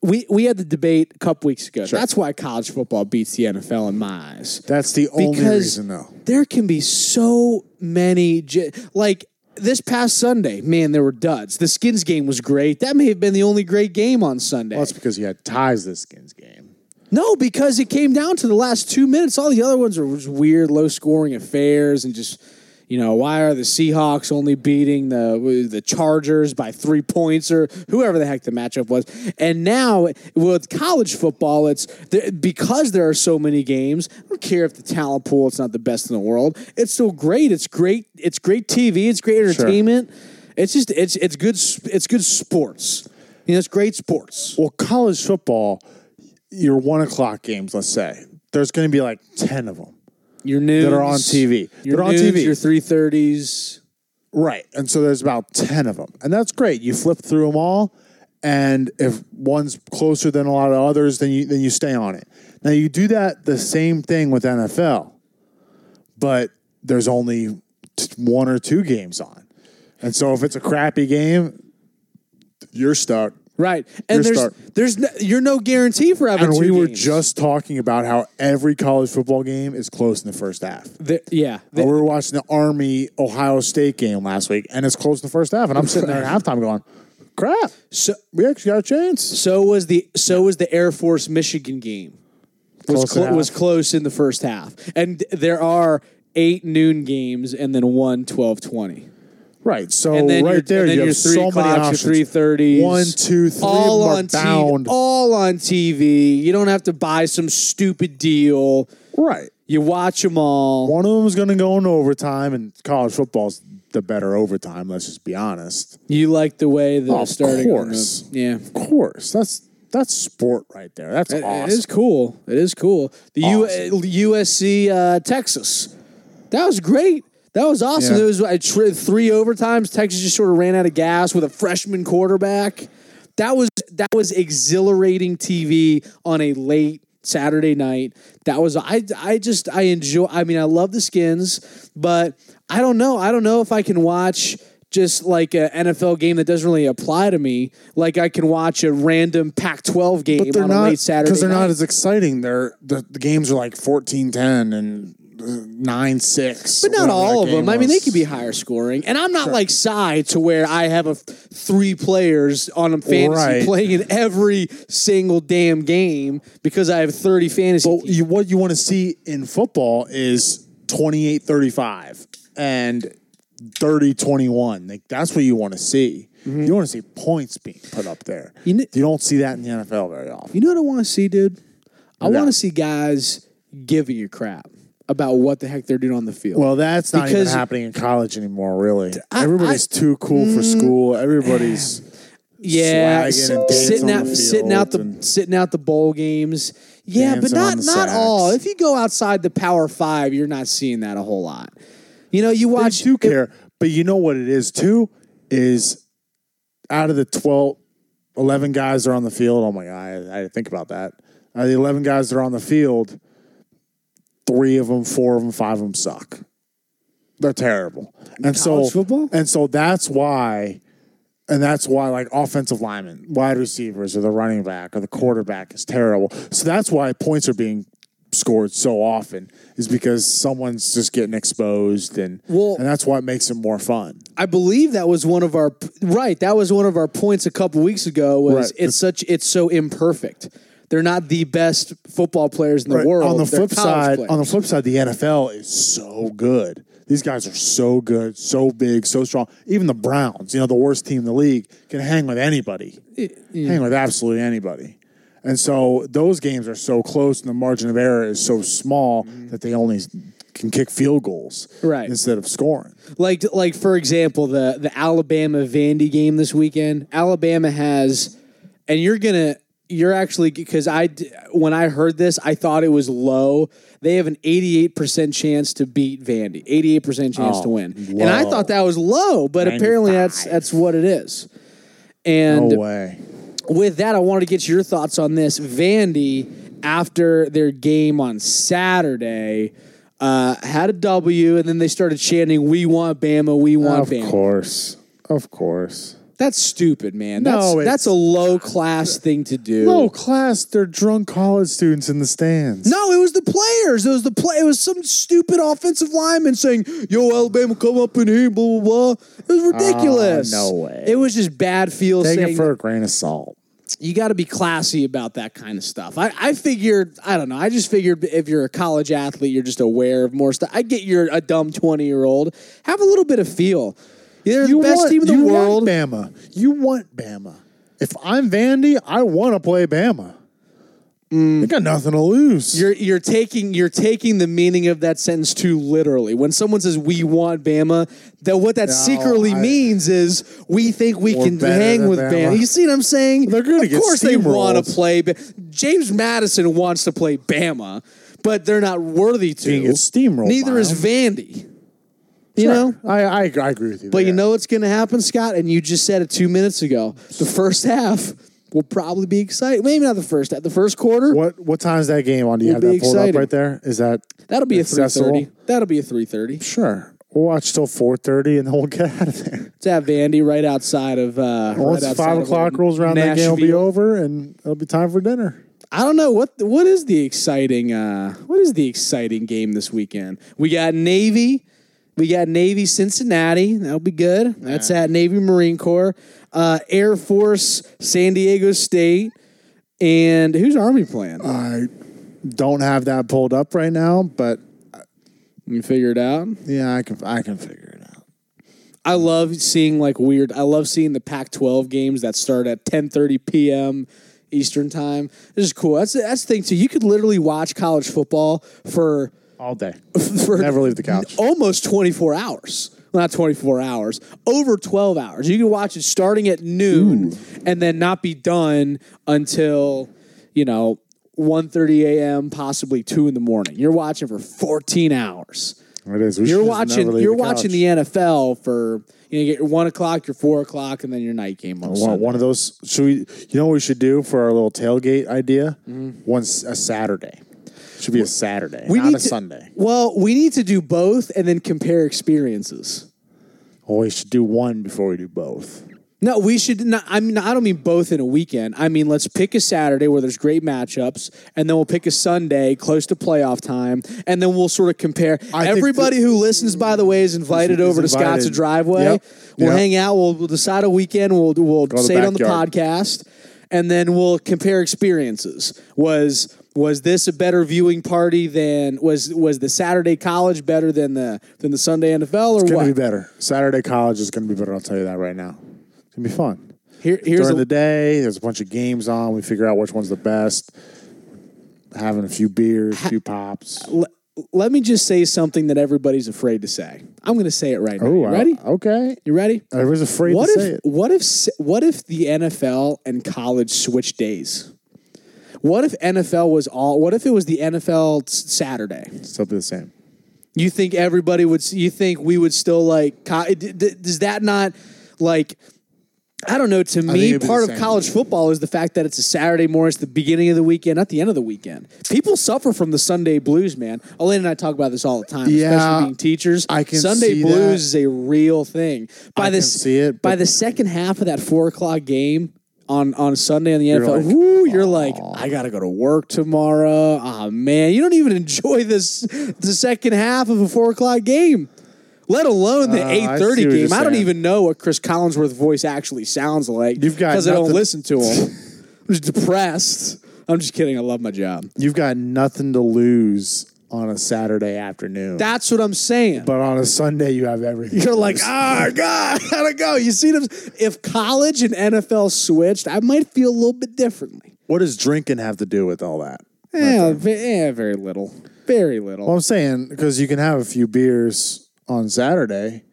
we, we had the debate a couple weeks ago. That's why college football beats the NFL in my eyes.
that's the only
because
reason though.
there can be so many j- like this past Sunday, man, there were duds. The Skins game was great. That may have been the only great game on Sunday.
Well, that's because you had ties this skins game.
no, because it came down to the last two minutes. All the other ones were just weird, low scoring affairs, and just you know why are the Seahawks only beating the the Chargers by three points or whoever the heck the matchup was? And now with college football, it's there, because there are so many games. I don't care if the talent pool it's not the best in the world. It's still great. It's great. It's great TV. It's great entertainment. It's just it's it's good s- it's good sports. You know, it's great sports.
Well, college football, your one o'clock games, let's say, there's going to be like ten of them.
your news
are on TV.
Your
They're on
nudes,
TV.
Your three thirties.
Right. And so there's about 10 of them. And that's great. You flip through them all. And if one's closer than a lot of others, then you, then you stay on it. Now, you do that the same thing with NFL, but there's only t- one or two games on. And so if it's a crappy game, you're stuck.
Right. And
Your
there's
start.
there's no, you're no guarantee for having
And
two
we were
games.
just talking about how every college football game is close in the first half.
The- yeah. The-
And we were watching the Army Ohio State game last week, and it's close in the first half. And I'm sitting there at halftime going, "Crap,
so
we actually got a chance."
so was the so was the Air Force Michigan game. Was
Close at
clo-
half.
was close in the first half. And there are 8 noon games and then one 12:20.
Right. So
And then your-
Oh, right there,
and then
you
your
have
three
so many
o'clocks, your
options.
3:30s.
One, two, three
all
of
on Oh.
them are bound.
TV, all on TV. You don't have to buy some stupid deal.
right.
You watch them all.
One of them is going to go into overtime, and college football's the better overtime. Let's just be honest.
You like the way that
Of
it's starting. on the-
course.
yeah.
Of course, that's that's sport right there. That's
It-
awesome.
It is cool. It is cool. The
Awesome.
U- USC uh, Texas. That was great. That was awesome.
Yeah.
It was uh, tr- three overtimes. Texas just sort of ran out of gas with a freshman quarterback. That was that was exhilarating TV on a late Saturday night. That was I I just I enjoy. I mean, I love the skins, but I don't know. I don't know if I can watch just like an NFL game that doesn't really apply to me. Like I can watch a random Pac-12 game
but they're
on a
not
late Saturday
they're
night.
not as exciting. They're the, the games are like 14-10 and uh, nine six.
But not all of them. I mean, they could be higher scoring. And I'm not like Cy to where I have a f- three players on a fantasy
Right.
playing in every single damn game because I have 30 fantasy.
But
teams.
you, what you want to see in football is 28-35 and 30-21. Like that's what you want to see. You want to see points being put up there.
Mm-hmm. You
You,
kn-
don't see that in the NFL very often.
You know what I want to see, dude? I
No.
want to see guys giving you crap about what the heck they're doing on the field.
Well, that's not
Because-
even happening in college anymore, really. Everybody's too cool for
Mm.
school. Everybody's
yeah,
Swagging
s-
and dancing
sitting
on
out,
the
sitting out the
field and-
sitting out the bowl games. Yeah, but
Dancing
not
on
not
the
all.
sacks.
If you go outside the Power Five, you're not seeing that a whole lot. You know, you
I
watch
do care. But you know what it is too is out of the 12, 11 guys that are on the field. Oh my god, I, I didn't think about that. Out of the eleven guys that are on the field, three of them, four of them, five of them suck. They're terrible. And so
College football?
and so that's why. And that's why, like offensive linemen, wide receivers, or the running back, or the quarterback is terrible. So that's why points are being scored so often is because someone's just getting exposed, and
Well-
and that's why it makes it more fun.
I believe that was one of our right. That was one of our points a couple weeks ago. Was
Right.
it's such it's so imperfect. They're not the best football players in the world.
on the
They're
flip
college
side,
players.
on the flip side, the NFL is so good. These guys are so good, so big, so strong. Even the Browns, you know, the worst team in the league, can hang with anybody, hang with absolutely anybody. And so those games are so close, and the margin of error is so small that they only can kick field goals
Mm-hmm. Right.
instead of scoring.
like like for example the the Alabama Vandy game this weekend. Alabama has, and you're gonna you're actually because I d- when I heard this I thought it was low. They have an 88 percent chance to beat Vandy, 88 percent chance
Oh,
to win, and I
low.
thought that was low, but apparently that's
95.
that's what it is. And
No way.
with that, I wanted to get your thoughts on this. Vandy, after their game on Saturday, uh, had a W, and then they started chanting, "We want Bama, we want
Of
Bama."
course, of course.
That's stupid, man.
No,
That's
it's-
that's a low class thing to do.
No Oh, class, they're drunk college students in the stands.
No, it was the players. It was the play. It was some stupid offensive lineman saying, "Yo, Alabama, come up in here." Blah blah blah. It was ridiculous.
Ah, no way.
It was just bad feel
Take
saying
it for a grain of salt.
you got to be classy about that kind of stuff. I, I figured, I don't know. I just figured if you're a college athlete, you're just aware of more stuff. I get you're a dumb 20 year old. Have a little bit of feel. You're the best team in the
you
world.
Want Bama, you want Bama. If I'm Vandy, I want to play Bama. They got nothing to lose.
Mm. You're, you're taking you're taking the meaning of that sentence too literally. When someone says we want Bama, that what that secretly
I-
means is we think we
We're
can
better
hang
than
with Bama.
Bama.
You see what I'm saying?
They're gonna
Of
get
course they want to
steamrolled.
play. Ba- James Madison wants to play Bama, but they're not worthy to.
They get steamrolled
Neither
by
is
them.
Vandy. You
Sure.
know?
I, I I agree with you.
But you
there.
know what's going to happen, Scott? And you just said it two minutes ago. The first half will probably be exciting. Maybe not the first half. The first quarter,
what what time is that game on? Do you
Will
have
be
that pulled
exciting.
up right there? Is that
that'll be a
accessible?
3.30. That'll be a 3.30.
Sure. We'll watch till four thirty, and then we'll get out of there.
Let's have Vandy right outside of. Uh,
Once
right outside
five
of
o'clock rolls around, that game will be
Nashville.
over, and it'll be time for dinner.
I don't know what what is the exciting uh, what is the exciting game this weekend. We got Navy, we got Navy Cincinnati. That'll be good. That's at Navy Marine Corps, uh, Air Force San Diego State, and who's Army playing?
I don't have that pulled up right now, but
you figure it out.
yeah, I can I can figure it out.
I love seeing like weird. I love seeing the Pac-12 games that start at 10:30 p.m. Eastern time. This is cool. That's that's the thing too. You could literally watch college football for
All day,
for
never leave the couch.
almost 24 hours. Well, not 24 hours, over 12 hours. You can watch it starting at noon and then not be done until, you know, 1.30 a.m., possibly 2 in the morning. You're watching for 14 hours.
It is. We should
You're
just never
watching
leave
you're
the
watching
couch.
the NFL for you know, you get your one o'clock, your four o'clock, and then your night game on
One,
Sunday.
one of those. Should we? You know what we should do for our little tailgate idea? Once a Saturday. Should be a Saturday,
Mm-hmm. We
not
need
a
to-
Sunday.
Well, we need to do both and then compare experiences.
Oh, we should do one before we do both.
No, we should not. I mean, I don't mean both in a weekend. I mean, let's pick a Saturday where there's great matchups, and then we'll pick a Sunday close to playoff time, and then we'll sort of compare.
I think
Everybody who listens, by the way, is invited
Is- is
over to
invited.
Scott's Driveway.
Yep.
We'll
Yep.
hang out. We'll, we'll decide a weekend. We'll we'll
to the
say it on the
backyard.
podcast, and then we'll compare experiences. Was was this a better viewing party than was was the Saturday college better than the than the Sunday NFL or
It's
what?
gonna be better. Saturday college is gonna be better. I'll tell you that right now. It's gonna be fun.
Here, here's
During
a,
the day, there's a bunch of games on. We figure out which one's the best. Having a few beers, a few pops.
L- let me just say something that everybody's afraid to say. I'm going to say it right now. You
I-
ready?
okay.
You ready?
I was afraid
What
to
if
say it.
what if s- what if the NFL and college switched days? What if NFL was all? What if it was the NFL s- Saturday?
Still be the same.
You think everybody would? s- You think we would still like? co- d- d- Does that not like? I don't know. To me,
it'd be
part
the
of
same.
college football is the fact that it's a Saturday morning, it's the beginning of the weekend, not the end of the weekend. People suffer from the Sunday blues, man. Elaine and I talk about this all the time,
Yeah,
especially being teachers.
I can
Sunday
see that.
blues is a real thing. By
I
the
can
s-
see it,
by
but-
the second half of that four o'clock game. On, on Sunday in the NFL,
like,
woo, you're like, I gotta go to work tomorrow. Oh man, you don't even enjoy this the second half of a four o'clock game, let alone the
Uh, I see
eight
what
thirty
you're
game. I don't
saying.
even know what Chris Collinsworth voice actually sounds like.
You've got
because I don't
nothing-
listen to him. I'm just depressed. I'm just kidding. I love my job.
You've got nothing to lose on a Saturday afternoon.
That's what I'm saying.
but on a Sunday, you have everything.
You're like, ah, God, I gotta go. You see them. If college and NFL switched, I might feel a little bit differently.
what does drinking have to do with all that?
Yeah, ve- yeah, very little, very little.
Well, I'm saying because you can have a few beers on Saturday.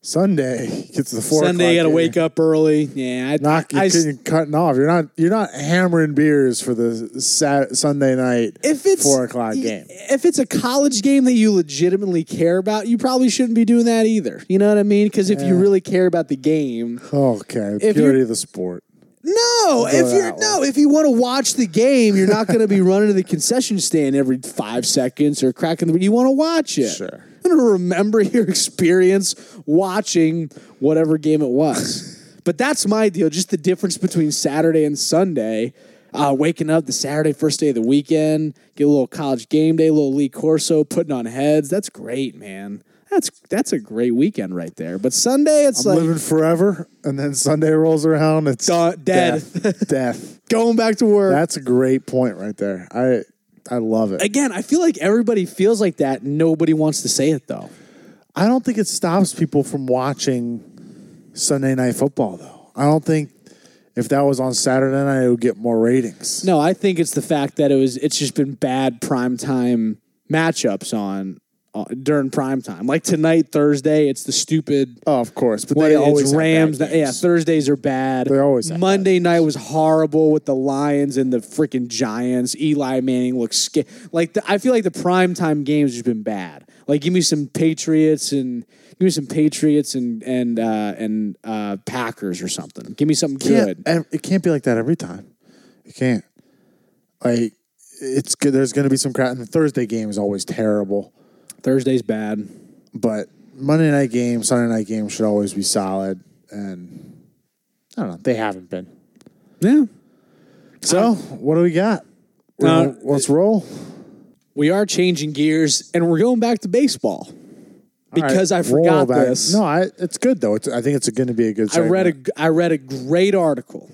Sunday gets the four.
Sunday, you gotta
o'clock
wake up early. Yeah, I,
Knock
I-
you're getting cutting off. You're not. You're not hammering beers for the Sat- Sunday night
if it's
four o'clock game.
if it's a college game that you legitimately care about, you probably shouldn't be doing that either. You know what I mean? Because if you really care about the game,
Okay,
If
purity
you're-
of the sport.
no.
that
If you're
way.
no, if you want to watch the game, you're not going to be running to the concession stand every five seconds or cracking the. You want to watch it.
Sure.
You want to remember your experience watching whatever game it was. but that's my deal. Just the difference between Saturday and Sunday. Uh, waking up the Saturday first day of the weekend, get a little college game day, a little Lee Corso putting on heads. That's great, man. That's that's a great weekend right there. But Sunday, it's like
Living forever, and then Sunday rolls around. It's
Duh, dead.
Death. death.
going back to work.
That's a great point right there. I I love it.
again, I feel like everybody feels like that. Nobody wants to say it though.
I don't think it stops people from watching Sunday night football though. I don't think if that was on Saturday night, it would get more ratings.
No, I think it's the fact that it was. It's just been bad primetime matchups on, on during primetime. Like tonight, Thursday, it's the stupid.
Oh, of course, but
what
they
it's
always have bad
Rams. that- yeah,
games.
Thursdays are bad.
They always have
Monday night was horrible with the Lions and the freaking Giants. Eli Manning looks sca- like the, I feel like the primetime games has been bad. Like give me some Patriots and give me some Patriots and and uh, and uh, Packers or something. Give me something
can't,
good.
ev- it can't be like that every time. It can't. Like it's good. There's going to be some crowd, and the Thursday game is always terrible.
Thursday's bad.
But Monday night game, Sunday night game should always be solid, and I don't know. They haven't been.
Yeah.
So what do we got? We're
Um, Uh,
gonna- let's roll.
We are changing gears and we're going back to baseball because I
All right, roll
forgot
back.
this.
No, I, it's good though. It's, I think it's going to be a good.
I
Segment.
read a g- I read a great article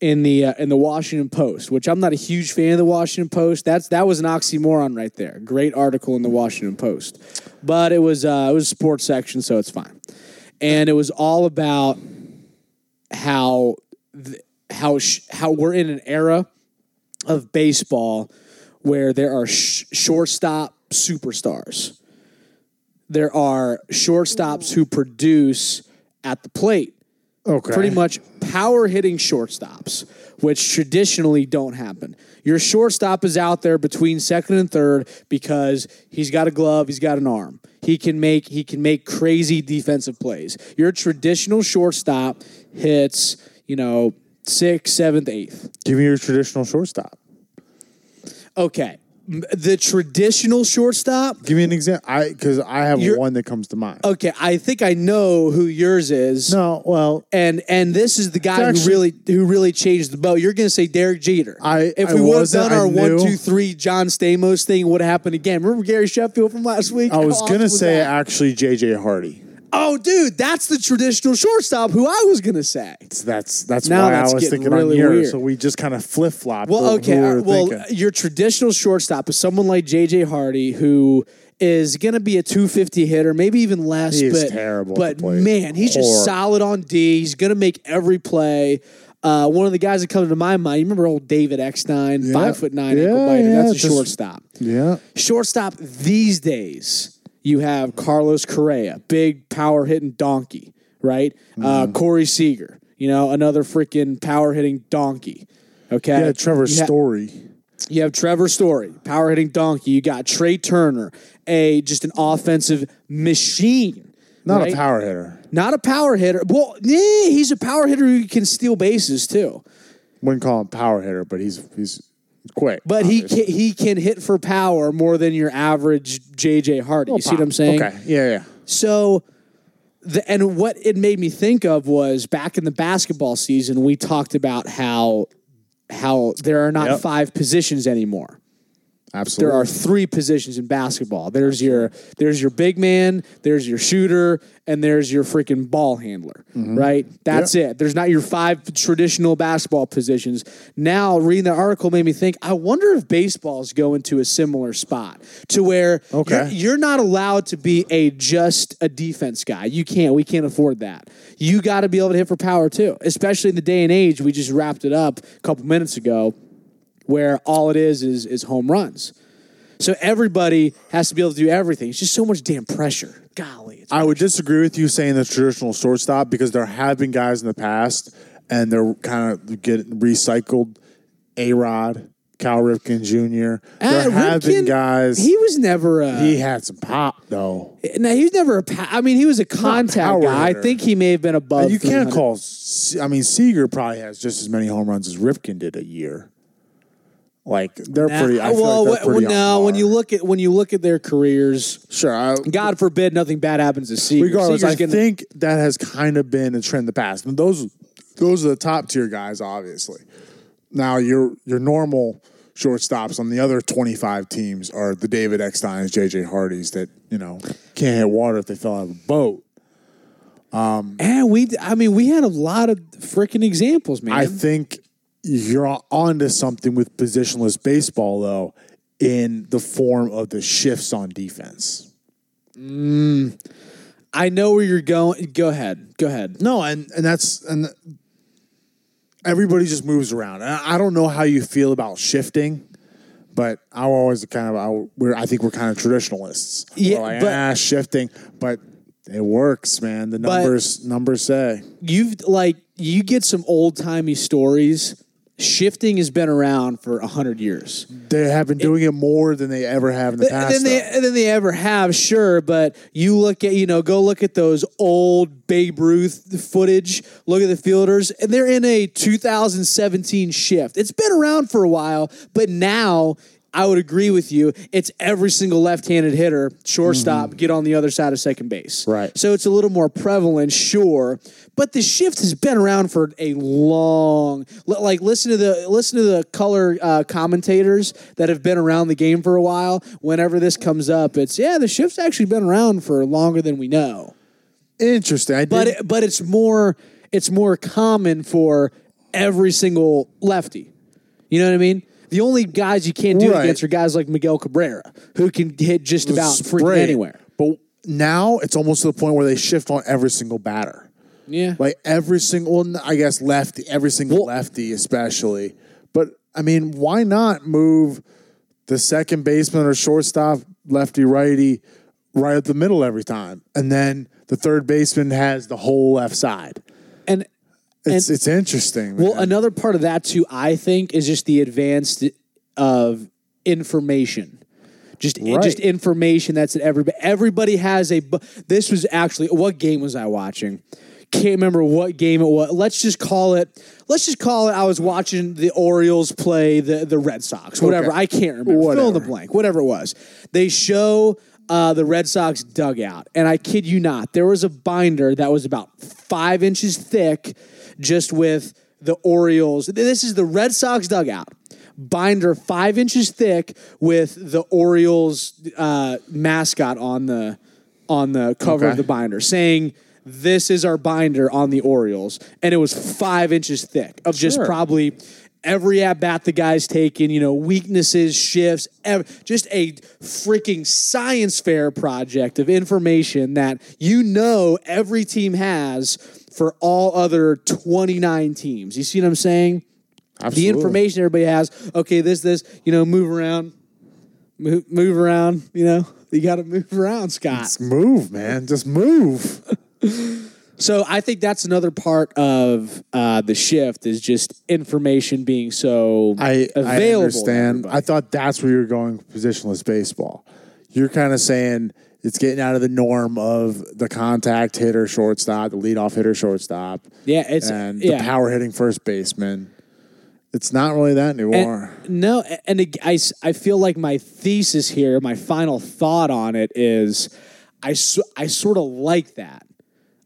in the uh, in the Washington Post, which I'm not a huge fan of the Washington Post. That's that was an oxymoron right there. Great article in the Washington Post, but it was uh, it was sports section, so it's fine. And it was all about how th- how sh- how we're in an era of baseball where there are sh- shortstop superstars there are shortstops who produce at the plate.
Okay.
Pretty much power hitting shortstops, which traditionally don't happen. Your shortstop is out there between second and third because he's got a glove, he's got an arm. He can make he can make crazy defensive plays. Your traditional shortstop hits, you know, sixth, seventh, eighth.
Give me your traditional shortstop.
Okay. M- The traditional shortstop
Give me an example. I because I have
You're-
one that comes to mind.
Okay, I think I know who yours is.
No, well,
and and this is the guy who
actually-
really who really changed the boat. You're gonna say Derek Jeter.
I-
if
I
we would have
wasn't,
done
I
our one,
knew.
two, three John Stamos thing, would have happened again. Remember Gary Sheffield from last week?
I
How
was
awesome
gonna say
that?
actually JJ Hardy.
oh, dude, that's the traditional shortstop who I was gonna say.
So That's that's
Now
why
that's
I was
getting
thinking
really
on yours.
weird.
So we just kind of flip flop.
Well, okay. uh,
we were
well,
thinking.
your traditional shortstop is someone like JJ Hardy, who is going to be a 250 hitter, maybe even less.
He is
but
terrible
But
at the plate.
man, he's just
Horrible.
solid on D. He's going to make every play. Uh, one of the guys that comes to my mind, you remember old David Eckstein, five foot nine ankle
Yeah,
biter.
yeah,
That's a
just-
shortstop.
yeah,
Shortstop these days, you have Carlos Correa, big power hitting donkey, right? Uh,
Mm-hmm.
Corey Seager, you know, another freaking power hitting donkey. Okay.
yeah, Trevor
You ha-
Story.
you have Trevor Story, power hitting donkey. You got Trey Turner, a just an offensive machine.
Not
right?
a power hitter.
Not a power hitter. Well, yeah, he's a power hitter who can steal bases too.
Wouldn't call him power hitter, but he's he's quick.
But he can, he can hit for power more than your average JJ Hardy. you see what I'm saying?
Ah, Okay. Yeah, yeah.
So, the, and what it made me think of was back in the basketball season, we talked about how how there are not
Yep.
five positions anymore.
Absolutely.
there are three positions in basketball. There's your there's your big man, there's your shooter, and there's your freaking ball handler. Right? That's it. There's not your five traditional basketball positions. Now reading the article made me think, I wonder if baseball's going to a similar spot to where
Okay.
you're- you're not allowed to be a just a defense guy. You can't. We can't afford that. You got to be able to hit for power too, especially in the day and age. We just wrapped it up a couple minutes ago, where all it is is is home runs. So everybody has to be able to do everything. It's just so much damn pressure. Golly, it's
I would disagree with you saying the traditional shortstop because there have been guys in the past and they're kind of getting recycled. A Rod, Cal Ripken Jr.
Ah,
there have been
Ripken,
guys.
He was never a.
he had some pop though.
no, he was never a. Pa- I mean, he was a contact
power
guy. I
hitter.
think he may have been above.
you can't
300.
call. Se- I mean, Seager probably has just as many home runs as Ripken did a year. Like they're
Nah,
pretty. I feel
Eh, well,
like they're
well,
pretty on
no. When
par.
you look at when you look at their careers,
sure, I,
God forbid nothing bad happens to Seager.
regardless,
Seager's
I
gonna-
think that has kind of been a trend in the past. And those those are the top tier guys, obviously. Now your your normal shortstops on the other twenty five teams are the David Ecksteins, JJ Hardys that you know can't hit water if they fell out of a boat.
and eh, we, I mean, we had a lot of freaking examples, man.
I think you're onto something with positionless baseball, though, in the form of the shifts on defense.
I know where you're going. Go ahead, go ahead.
No, and and that's and everybody just moves around. And I I don't know how you feel about shifting, but I always kind of I, we're, I think we're kind of traditionalists.
Yeah,
we're like,
but-
ah, shifting, but it works, man. The numbers numbers say.
You've like you get some old timey stories. Shifting has been around for hundred years.
They have been doing it, more than they ever have in the past.
than
though.
they than they ever have, sure. But you look at you know go look at those old Babe Ruth footage. Look at the fielders, and they're in a 2017 shift. It's been around for a while, but now I would agree with you. It's every single left-handed hitter,
Mm-hmm.
shortstop, get on the other side of second base.
Right.
So it's a little more prevalent, sure, but the shift has been around for a long. li- Like listen to the listen to the color uh, commentators that have been around the game for a while. Whenever this comes up, it's yeah, the shift's actually been around for longer than we know
Interesting. I
but
did,
it, but it's more it's more common for every single lefty. You know what I mean? The only guys you can't do it
Right.
against are guys like Miguel Cabrera, who can hit just about freaking
spray.
anywhere.
But now it's almost to the point where they shift on every single batter.
Yeah,
Like every single, well, I guess lefty, every single lefty, especially. But I mean, why not move the second baseman or shortstop, lefty, righty, right up the middle every time, and then the third baseman has the whole left side.
and
It's it's interesting.
well,
man.
another part of that too, I think, is just the advanced uh, of information. Just, eh, just
Right.
information that's at everybody. Everybody has a. bu- This was actually what game was I watching? Can't remember what game it was. Let's just call it. Let's just call it. I was watching the Orioles play the the Red Sox. Whatever. I can't remember. Fill in the
Whatever.
blank. Whatever it was. They show uh, the Red Sox dugout, and I kid you not, there was a binder that was about five inches thick, just with the Orioles. This is the Red Sox dugout binder five inches thick with the Orioles uh, mascot on the on the cover of
Okay.
the binder, saying this is our binder on the Orioles, and it was five inches thick of just
Sure.
probably every at bat the guy's taken, you know, weaknesses, shifts, ev- just a freaking science fair project of information that you know every team has for all other 29 teams. You see what I'm saying? the
Absolutely.
information everybody has. Okay, this, this, you know, move around, move, move around. You know, you got to move around, Scott.
Just move, man. Just move.
So I think that's another part of uh, the shift is just information being so
I
available.
I
to
understand.
everybody.
I thought that's where you were going with positionless baseball. You're kind of saying it's getting out of the norm of the contact hitter shortstop, the leadoff hitter shortstop,
Yeah, it's
and
yeah.
the power hitting first baseman. It's not really that anymore.
And- no, a- and ag- I, s- I feel like my thesis here, my final thought on it is I, s- I sort of like that.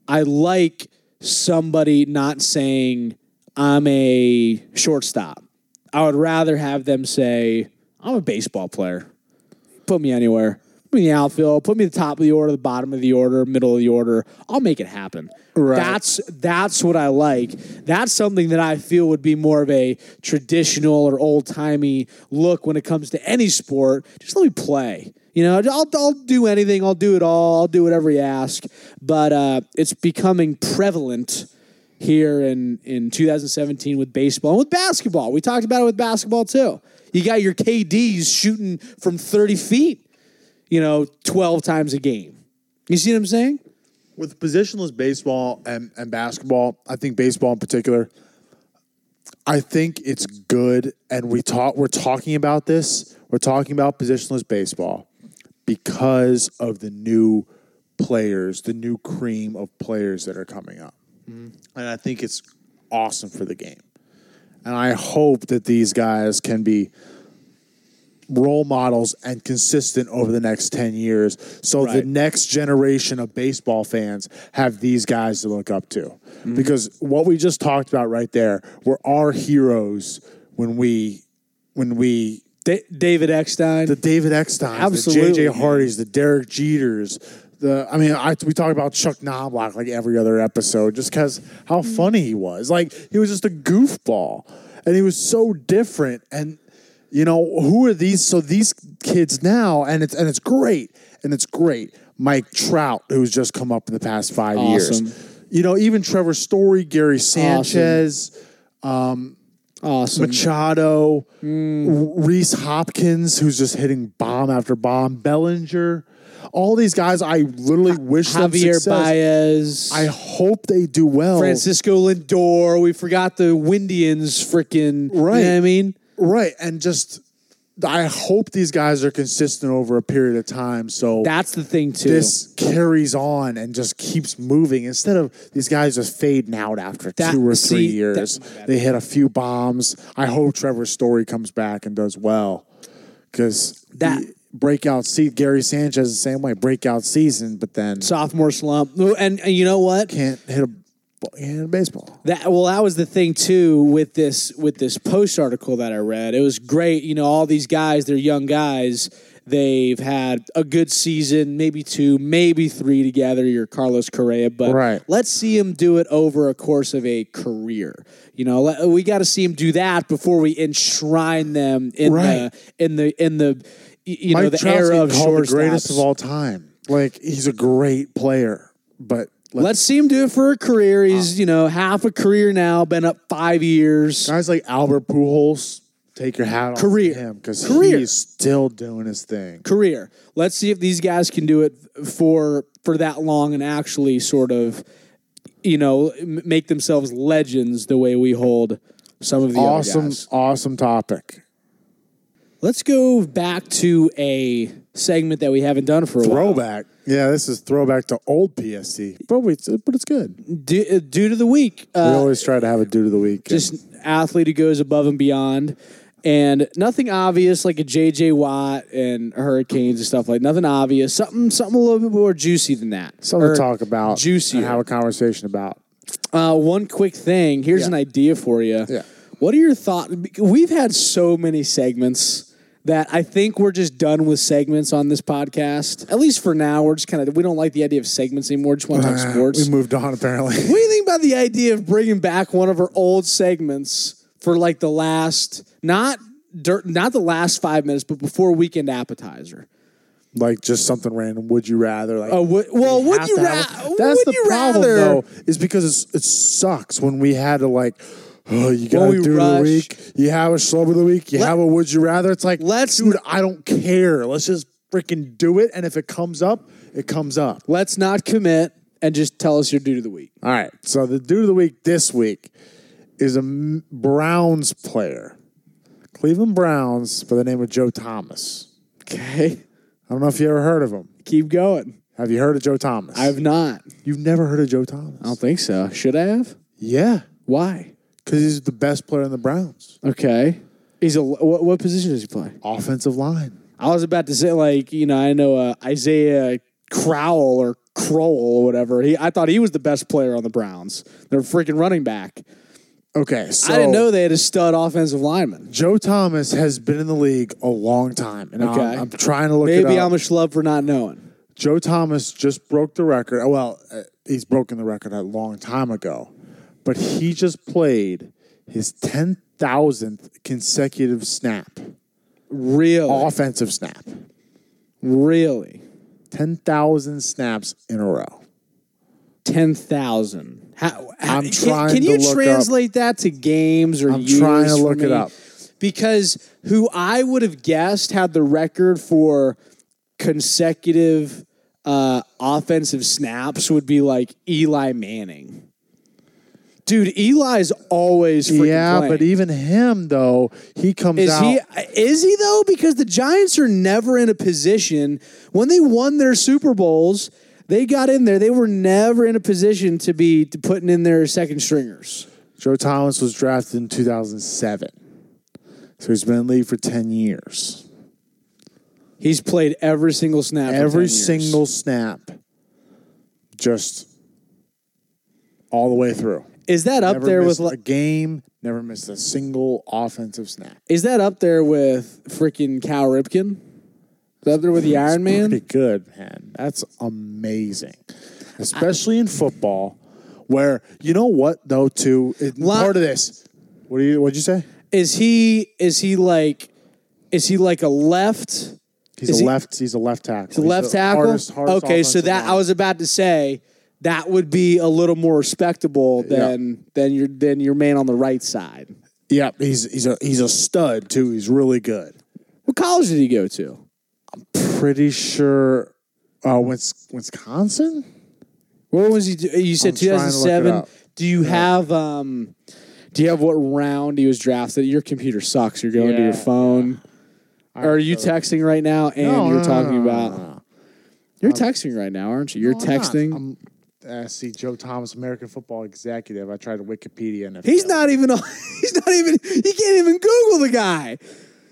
I like somebody not saying, I'm a shortstop. I would rather have them say, I'm a baseball player. Put me anywhere. Put me in the outfield. Put me at the top of the order, the bottom of the order, middle of the order. I'll make it happen.
Right.
That's that's what I like. That's something that I feel would be more of a traditional or old timey look when it comes to any sport. Just let me play. You know, I'll, I'll do anything. I'll do it all. I'll do whatever you ask. But uh, it's becoming prevalent here in, in 2017 with baseball and with basketball. We talked about it with basketball too. You got your KDs shooting from 30 feet, you know, 12 times a game. You see what I'm saying?
with positionless baseball and, and basketball, I think baseball in particular, I think it's good. And we talk, we're talking about this. We're talking about positionless baseball because of the new players, the new cream of players that are coming up. And I think it's awesome for the game. And I hope that these guys can be role models and consistent over the next 10 years so the
Right.
next generation of baseball fans have these guys to look up to because what we just talked about right there were our heroes when we when we
Da- David Eckstein.
the David Eckstein,
Absolutely.
the J.J. Hardys, the Derek Jeters, the I mean, I, we talk about Chuck Knoblock like every other episode just because how
Mm.
funny he was. Like he was just a goofball, and he was so different. And you know who are these? So these kids now, and it's and it's great, and it's great. Mike Trout, who's just come up in the past five
Awesome.
years. You know, even Trevor Story, Gary Sanchez. um,
awesome.
Machado, Reese Hopkins, who's just hitting bomb after bomb, Bellinger, all these guys. I literally wish them
Javier
success.
Baez.
I hope they do well.
Francisco Lindor. We forgot the Windians freaking.
Right.
You know what I mean?
right, and just I hope these guys are consistent over a period of time. So
That's the thing, too.
this carries on and just keeps moving instead of these guys just fading out after
That-
two or
see,
three
that-
years. they hit a few bombs. I hope Trevor Story comes back and does well because
That-
breakout seat Gary Sanchez the same way breakout season, but then
sophomore slump. And, and you know what?
can't hit a b- can't hit a baseball.
That well, that was the thing too with this with this post article that I read. It was great. You know, all these guys, they're young guys. They've had a good season, maybe two, maybe three together. Your Carlos Correa, but
Right.
let's see him do it over a course of a career. You know, let- we got to see him do that before we enshrine them in
Right.
the in the in the y- you know
Mike
the
Trout's
era
getting
of
called the
shortstops.
greatest of all time. Like he's a great player, but like,
Let's see him do it for a career.
Ah.
He's you know half a career now, been up five years.
guys like Albert Pujols, take your hat off to
Career.
him because
Career.
he's still doing his thing.
career. Let's see if these guys can do it for for that long and actually sort of, you know, m- make themselves legends the way we hold some of the other
Awesome,
guys.
awesome topic.
Let's go back to a segment that we haven't done for a while.
Throwback. Yeah, this is throwback to old PSC, but we, but it's good.
Due, uh, due to the week,
we
uh,
always try to have a due to the week.
just athlete who goes above and beyond. And nothing obvious like a JJ Watt and hurricanes and stuff like nothing obvious. Something something a little bit more juicy than that.
something
Or
to talk about,
juicier.
and have a conversation about.
Uh, one quick thing. Here's
Yeah.
an idea for you.
Yeah.
What are your thoughts? We've had so many segments that I think we're just done with segments on this podcast. At least for now, we're just kind of we don't like the idea of segments anymore. Just want to talk sports.
Uh, We moved on apparently.
what do you think about the idea of bringing back one of our old segments for like the last not dirt, not the last five minutes, but before weekend appetizer?
like just something random. Would you rather? Like,
Oh, would- well,
we
would
have
you
to
ra-
have a- That's
would
the
you
problem,
rather-
though, is because it's, it sucks when we had to like, oh, you got
we
to do the
rush.
week. You have a slow of the week. You have a would you rather. It's like,
Let's-
dude, I don't care. Let's just freaking do it. And if it comes up, it comes up.
Let's not commit and just tell us your due to the week.
All right. So the dude of the week this week is a M- Browns player, Cleveland Browns, by the name of Joe Thomas.
Okay,
I don't know if you ever heard of him.
keep going.
Have you heard of Joe Thomas?
I've not.
You've never heard of Joe Thomas?
I don't think so. Should I have?
Yeah.
Why?
Because he's the best player in the Browns.
Okay. He's a what, what position does he play?
Offensive line.
I was about to say like you know I know uh, Isaiah Crowell or Crowell or whatever. He I thought he was the best player on the Browns. They're freaking running back.
Okay, so
I didn't know they had a stud offensive lineman.
Joe Thomas has been in the league a long time, and
Okay.
I'm, I'm trying to look
Maybe
it up.
I'm a schlub for not knowing.
Joe Thomas just broke the record. Well, uh, he's broken the record a long time ago, but he just played his ten thousandth consecutive snap,
Really,
offensive snap,
really,
ten thousand snaps in a row.
ten thousand. How, how-
I'm
can-
trying
Can,
to
you
look up-
translate that to games or?
I'm
years
trying to
for
look it
me?
up.
because who I would have guessed had the record for consecutive uh, offensive snaps would be like Eli Manning. Dude, Eli's always freaking
yeah,
playing.
but even him though, he comes
Is
out.
he is he though? Because the Giants are never in a position when they won their Super Bowls, they got in there. They were never in a position to be to putting in their second stringers.
Joe Thomas was drafted in 2007. So he's been in the league for 10 years.
He's played every single snap. for 10
Every
years.
single snap, just all the way through.
is that up
Never
there with
missed
like
a game, never missed a single offensive snap.
Is that up there with freaking Cal Ripken? Is that up there with the Iron Man?
Pretty good, man. That's amazing. Especially in football, where, you know what, though, too? It,
Lot-
part of this. What do you, what'd you say?
Is he is he like is he like a left
He's
Is
a
he-
left, he's a left tackle. He's
left
the
tackle?
hardest- hardest
okay, so
offensive
that I
lineman.
was about to say that would be a little more respectable than than your than your man on the right side.
Yep, he's he's a he's a stud too. He's really good.
What college did he go to?
Pretty sure uh Wins- Wisconsin?
Where was he? do- You said
I'm trying to look it
2007.
up.
Do you have um? Do you have what round he was drafted? Your computer sucks. You're going to
Yeah,
your phone. Are you texting right now? And
No,
you're
no,
talking
no, no,
about. You're texting right now, aren't you? You're texting.
i uh, see Joe Thomas, American football executive. I tried Wikipedia and it
he's
failed.
not even. on- He's not even. He can't even Google the guy.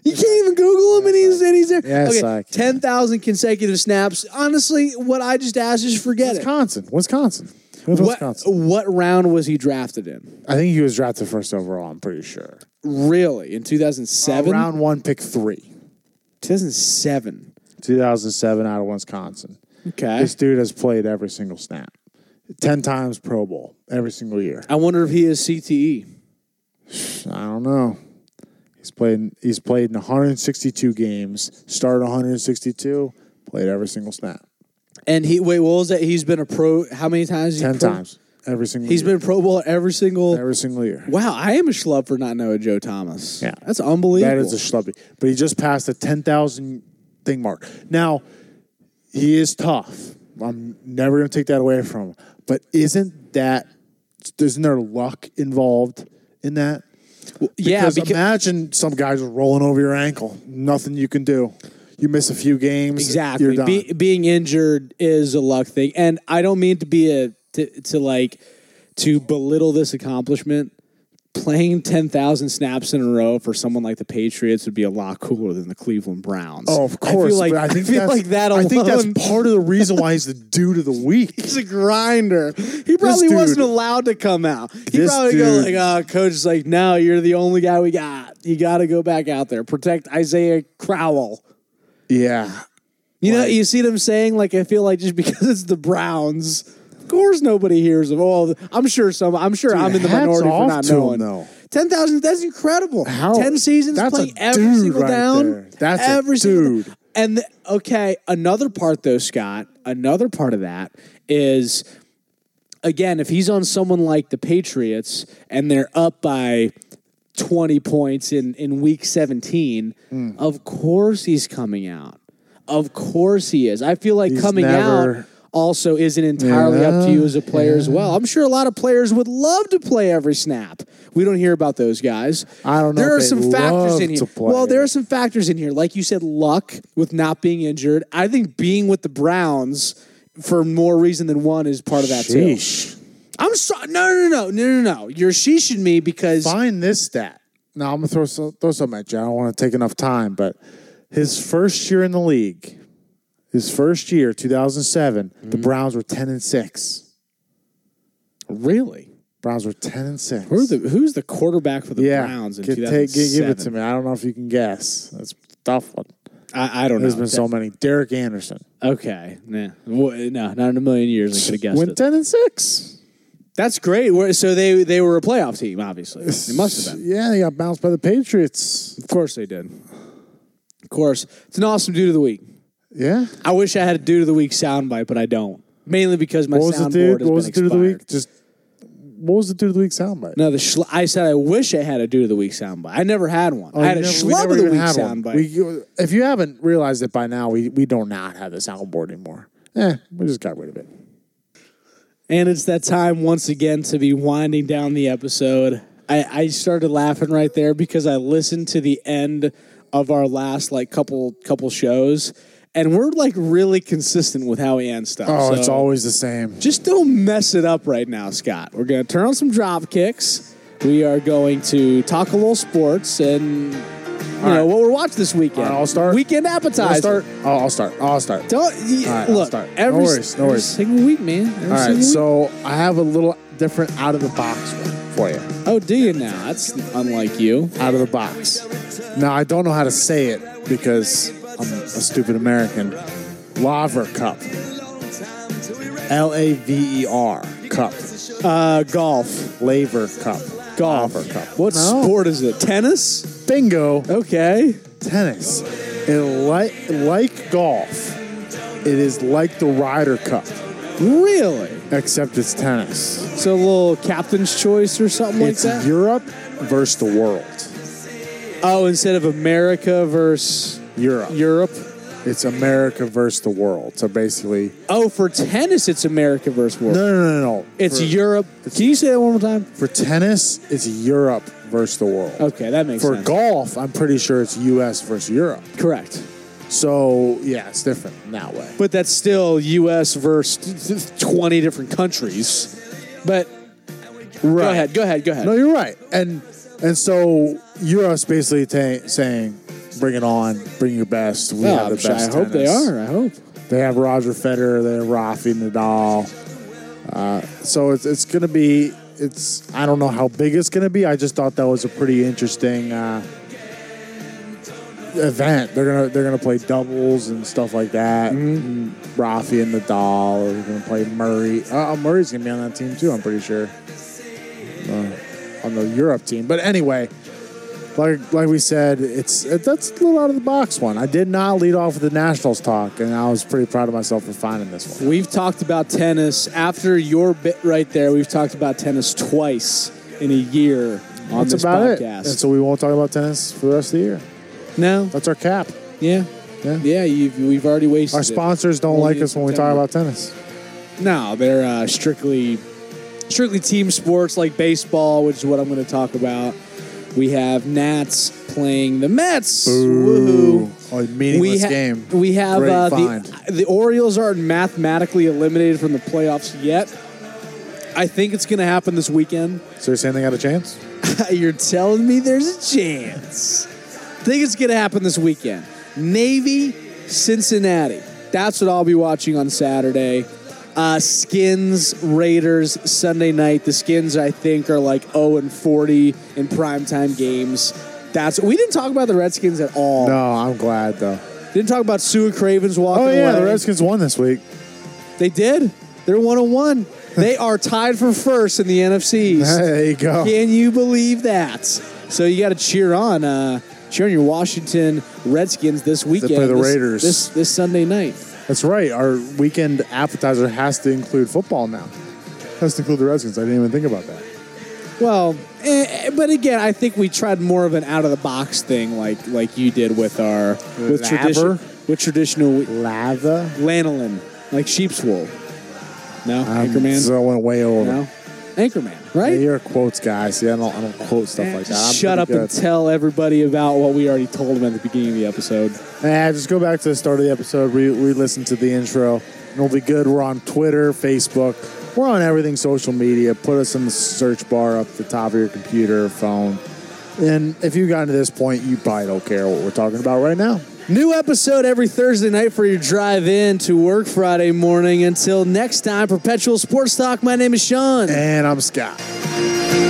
You can't even Google him, and he's and he's there.
Yes,
okay,
I can.
ten thousand consecutive snaps. Honestly, what I just asked is forget it.
Wisconsin, Wisconsin. Who's
What,
Wisconsin.
what round was he drafted in?
I think he was drafted first overall. I'm pretty sure.
Really, in two thousand seven?
Uh, round one, pick three.
two thousand seven.
2007 out of Wisconsin.
Okay.
This dude has played every single snap. 10 times Pro Bowl every single year.
I wonder if he is E. CTE.
I don't know. He's played he's played in 162 games, started 162, played every single snap.
And he wait, what was that? He's been a pro. How many times? is he
10
pro-
times every single
He's
year.
been Pro Bowl every single.
every single year.
Wow, I am a schlub for not knowing Joe Thomas.
Yeah.
that's unbelievable.
That is a schlubby. But he just passed the 10,000 thing mark. Now, he is tough. I'm never going to take that away from him. But isn't that, isn't there luck involved in that?
yeah,
Because
because,
imagine some guy just rolling over your ankle. Nothing you can do. You miss a few games. You're
exactly.
done.
Be, being injured is a luck thing, and I don't mean to be a to, to like to belittle this accomplishment. Playing ten thousand snaps in a row for someone like the Patriots would be a lot cooler than the Cleveland Browns.
oh, of
I
course.
feel like,
but I think
feel
that's,
like that alone.
I think that's part of the reason why he's the dude of the week.
He's a grinder. He probably
dude-
wasn't allowed to come out. He
This
probably
dude-
go like, "Oh, coach is like, no, you're the only guy we got. You got to go back out there, protect Isaiah Crowell."
Yeah.
You know, you see them saying like, "I feel like just because it's the Browns, of course nobody hears of." all. I'm sure some. I'm sure I'm in the
hats
minority for
off
not
to him,
knowing.
though.
Ten thousand. That's incredible.
How-
Ten seasons
that's a
playing every
dude
single
right
down.
there. That's a
every single-
dude.
And the, okay, another part though, Scott. Another part of that is again, if he's on someone like the Patriots and they're up by 20 points in, in week 17,
Mm.
of course he's coming out. Of course he is. I feel like
He's
coming out
never-
also isn't entirely up to you as a player as well. I'm sure a lot of players would love to play every snap. We don't hear about those guys.
I don't know
There
if
are
they'd
some factors
love
in
to
here.
play.
Well, there are some factors in here. Like you said, luck with not being injured. I think being with the Browns for more reason than one is part of that too.
Sheesh.
I'm sorry. No, no, no, no, no, no. You're sheeshing me because
Find this stat. Now I'm gonna throw so, throw something at you. I don't want to take enough time, but his first year in the league, his first year, 2007, the
Mm-hmm.
Browns were 10 and six.
really,
Browns were 10 and six.
who's the who's the quarterback for the
yeah?
Browns in
Get- take-
2007?
gi- give it to me. I don't know if you can guess. That's a tough one.
I, I don't
There's
know.
been so many. Derek Anderson
okay, nah. Well, no, not in a million years I could have guessed
went
it.
10 and six.
That's great. We're- So they they were a playoff team, obviously. It must have been.
Yeah, they got bounced by the Patriots.
Of course they did. Of course, it's an awesome dude of the week.
Yeah.
I wish I had a dude of the week soundbite, but I don't. Mainly because my
What was the
soundboard
dude?
has
What was
been
the dude of the
expired.
week? Just what was the dude of the week soundbite?
No, the schl- I said I wish I had a dude of the week soundbite. I never had one.
Oh,
I had a
you never- we
schlub
never
of the
even
week
had one.
soundbite.
We- if you haven't realized it by now, we, we do not have the soundboard anymore. Eh, we just got rid of it.
And it's that time once again to be winding down the episode. I, I started laughing right there because I listened to the end of our last like couple couple shows, and we're like really consistent with how we end stuff.
Oh,
So
it's always the same.
just don't mess it up right now, Scott. We're gonna turn on some drop kicks. We are going to talk a little sports and you know
right.
what we're watching this weekend.
All right, I'll start.
Weekend appetizer.
I'll start. Oh, I'll start. I'll start.
Don't y-
All right, I'll
look.
start. No
Every,
worries, no
every
worries.
single week, man. Every
All right,
single week.
so I have a little different out of the box one for you.
Oh, do you now? That's unlike you.
Out of the box. Now I don't know how to say it because I'm a stupid American. Laver Cup. L A V E R Cup.
Uh, golf.
Laver Cup.
Golf.
Laver Cup.
What
No.
sport is it? Tennis?
Bingo.
Okay.
tennis. And like like golf, it is like the Ryder Cup,
Really?
except it's tennis.
So a little captain's choice or something
It's
like that?
Europe versus the world.
oh, instead of America versus
Europe.
Europe?
It's America versus the world. So basically,
Oh, for tennis, it's America versus world.
no, no, no, no.
It's
for,
Europe. Can you say that one more time?
E- for tennis. It's Europe versus the world.
Okay, that makes
For
sense.
golf, I'm pretty sure it's U.S. versus Europe.
Correct.
So yeah, it's different in that way.
But that's still U.S. versus 20 different countries. But
Right.
go ahead, go ahead, go ahead.
No, you're right. And and so Europe's basically ta saying bring it on. Bring your best. We
Well,
have the
I'm sure-
best.
I hope they
tennis.
are. I hope.
They have Roger Federer. They have Rafi Nadal. Uh, so it's it's gonna be. It's I don't know how big it's gonna be. I just thought that was a pretty interesting uh, event. They're gonna they're gonna play doubles and stuff like that. And Rafi and Nadal are gonna play Murray. Uh, Murray's gonna be on that team too. I'm pretty sure. Uh, on the Europe team, but anyway. Like, like we said, it's it, that's a little out of the box one. I did not lead off with the Nationals talk, and I was pretty proud of myself for finding this one.
We've talked about tennis after your bit right there. We've talked about tennis twice in a year on
That's
this
about it.
podcast.
And so we won't talk about tennis for the rest of the year.
no,
That's our cap.
yeah,
Yeah.
yeah. You've, we've already wasted.
Our
it.
sponsors don't
Only
like
in
us when we talk
September.
about tennis.
No, they're uh, strictly strictly team sports like baseball, which is what I'm going to talk about. We have Nats playing the Mets. Woohoo!
a meaningless
ha-
game.
We have
Great
uh,
find.
the the Orioles are mathematically eliminated from the playoffs yet. I think it's going to happen this weekend.
So you're saying they got a chance?
You're telling me there's a chance. think it's going to happen this weekend. Navy, Cincinnati. That's what I'll be watching on Saturday. Uh, Skins, Raiders, Sunday night. The Skins, I think, are like 0 and 40 in primetime games. That's we didn't talk about the Redskins at all.
No, I'm glad though.
Didn't talk about Sue Craven's walking
Oh yeah,
away.
the Redskins won this week.
They did. They're one on one. They are tied for first in the NFC. East.
There you go.
Can you believe that? So you got to cheer on, uh, cheer on your Washington Redskins this weekend.
play the
this-
Raiders.
this this Sunday night.
That's right. Our weekend appetizer has to include football now. Has to include the Redskins. I didn't even think about that.
Well, eh, eh, but again, I think we tried more of an out of the box thing, like like you did with our with tradition
Laver?
with traditional we-
Lava.
lanolin, like sheep's wool. No,
I'm
anchorman.
throwing way over.
no, anchorman. Right? Eh,
Yeah, you're quotes guy. See, I don't, I don't quote stuff like that. I'm
Shut
pretty
up
good.
and tell everybody about what we already told them at the beginning of the episode.
Nah, just go back to the start of the episode. We, we listen to the intro. It'll be good. We're on Twitter, Facebook. We're on everything social media. Put us in the search bar up the top of your computer, phone. And if you've gotten to this point, you probably don't care what we're talking about right now.
New episode every Thursday night for your drive in to work Friday morning. Until next time, Perpetual Sports Talk. My name is Sean.
And I'm Scott.
Thank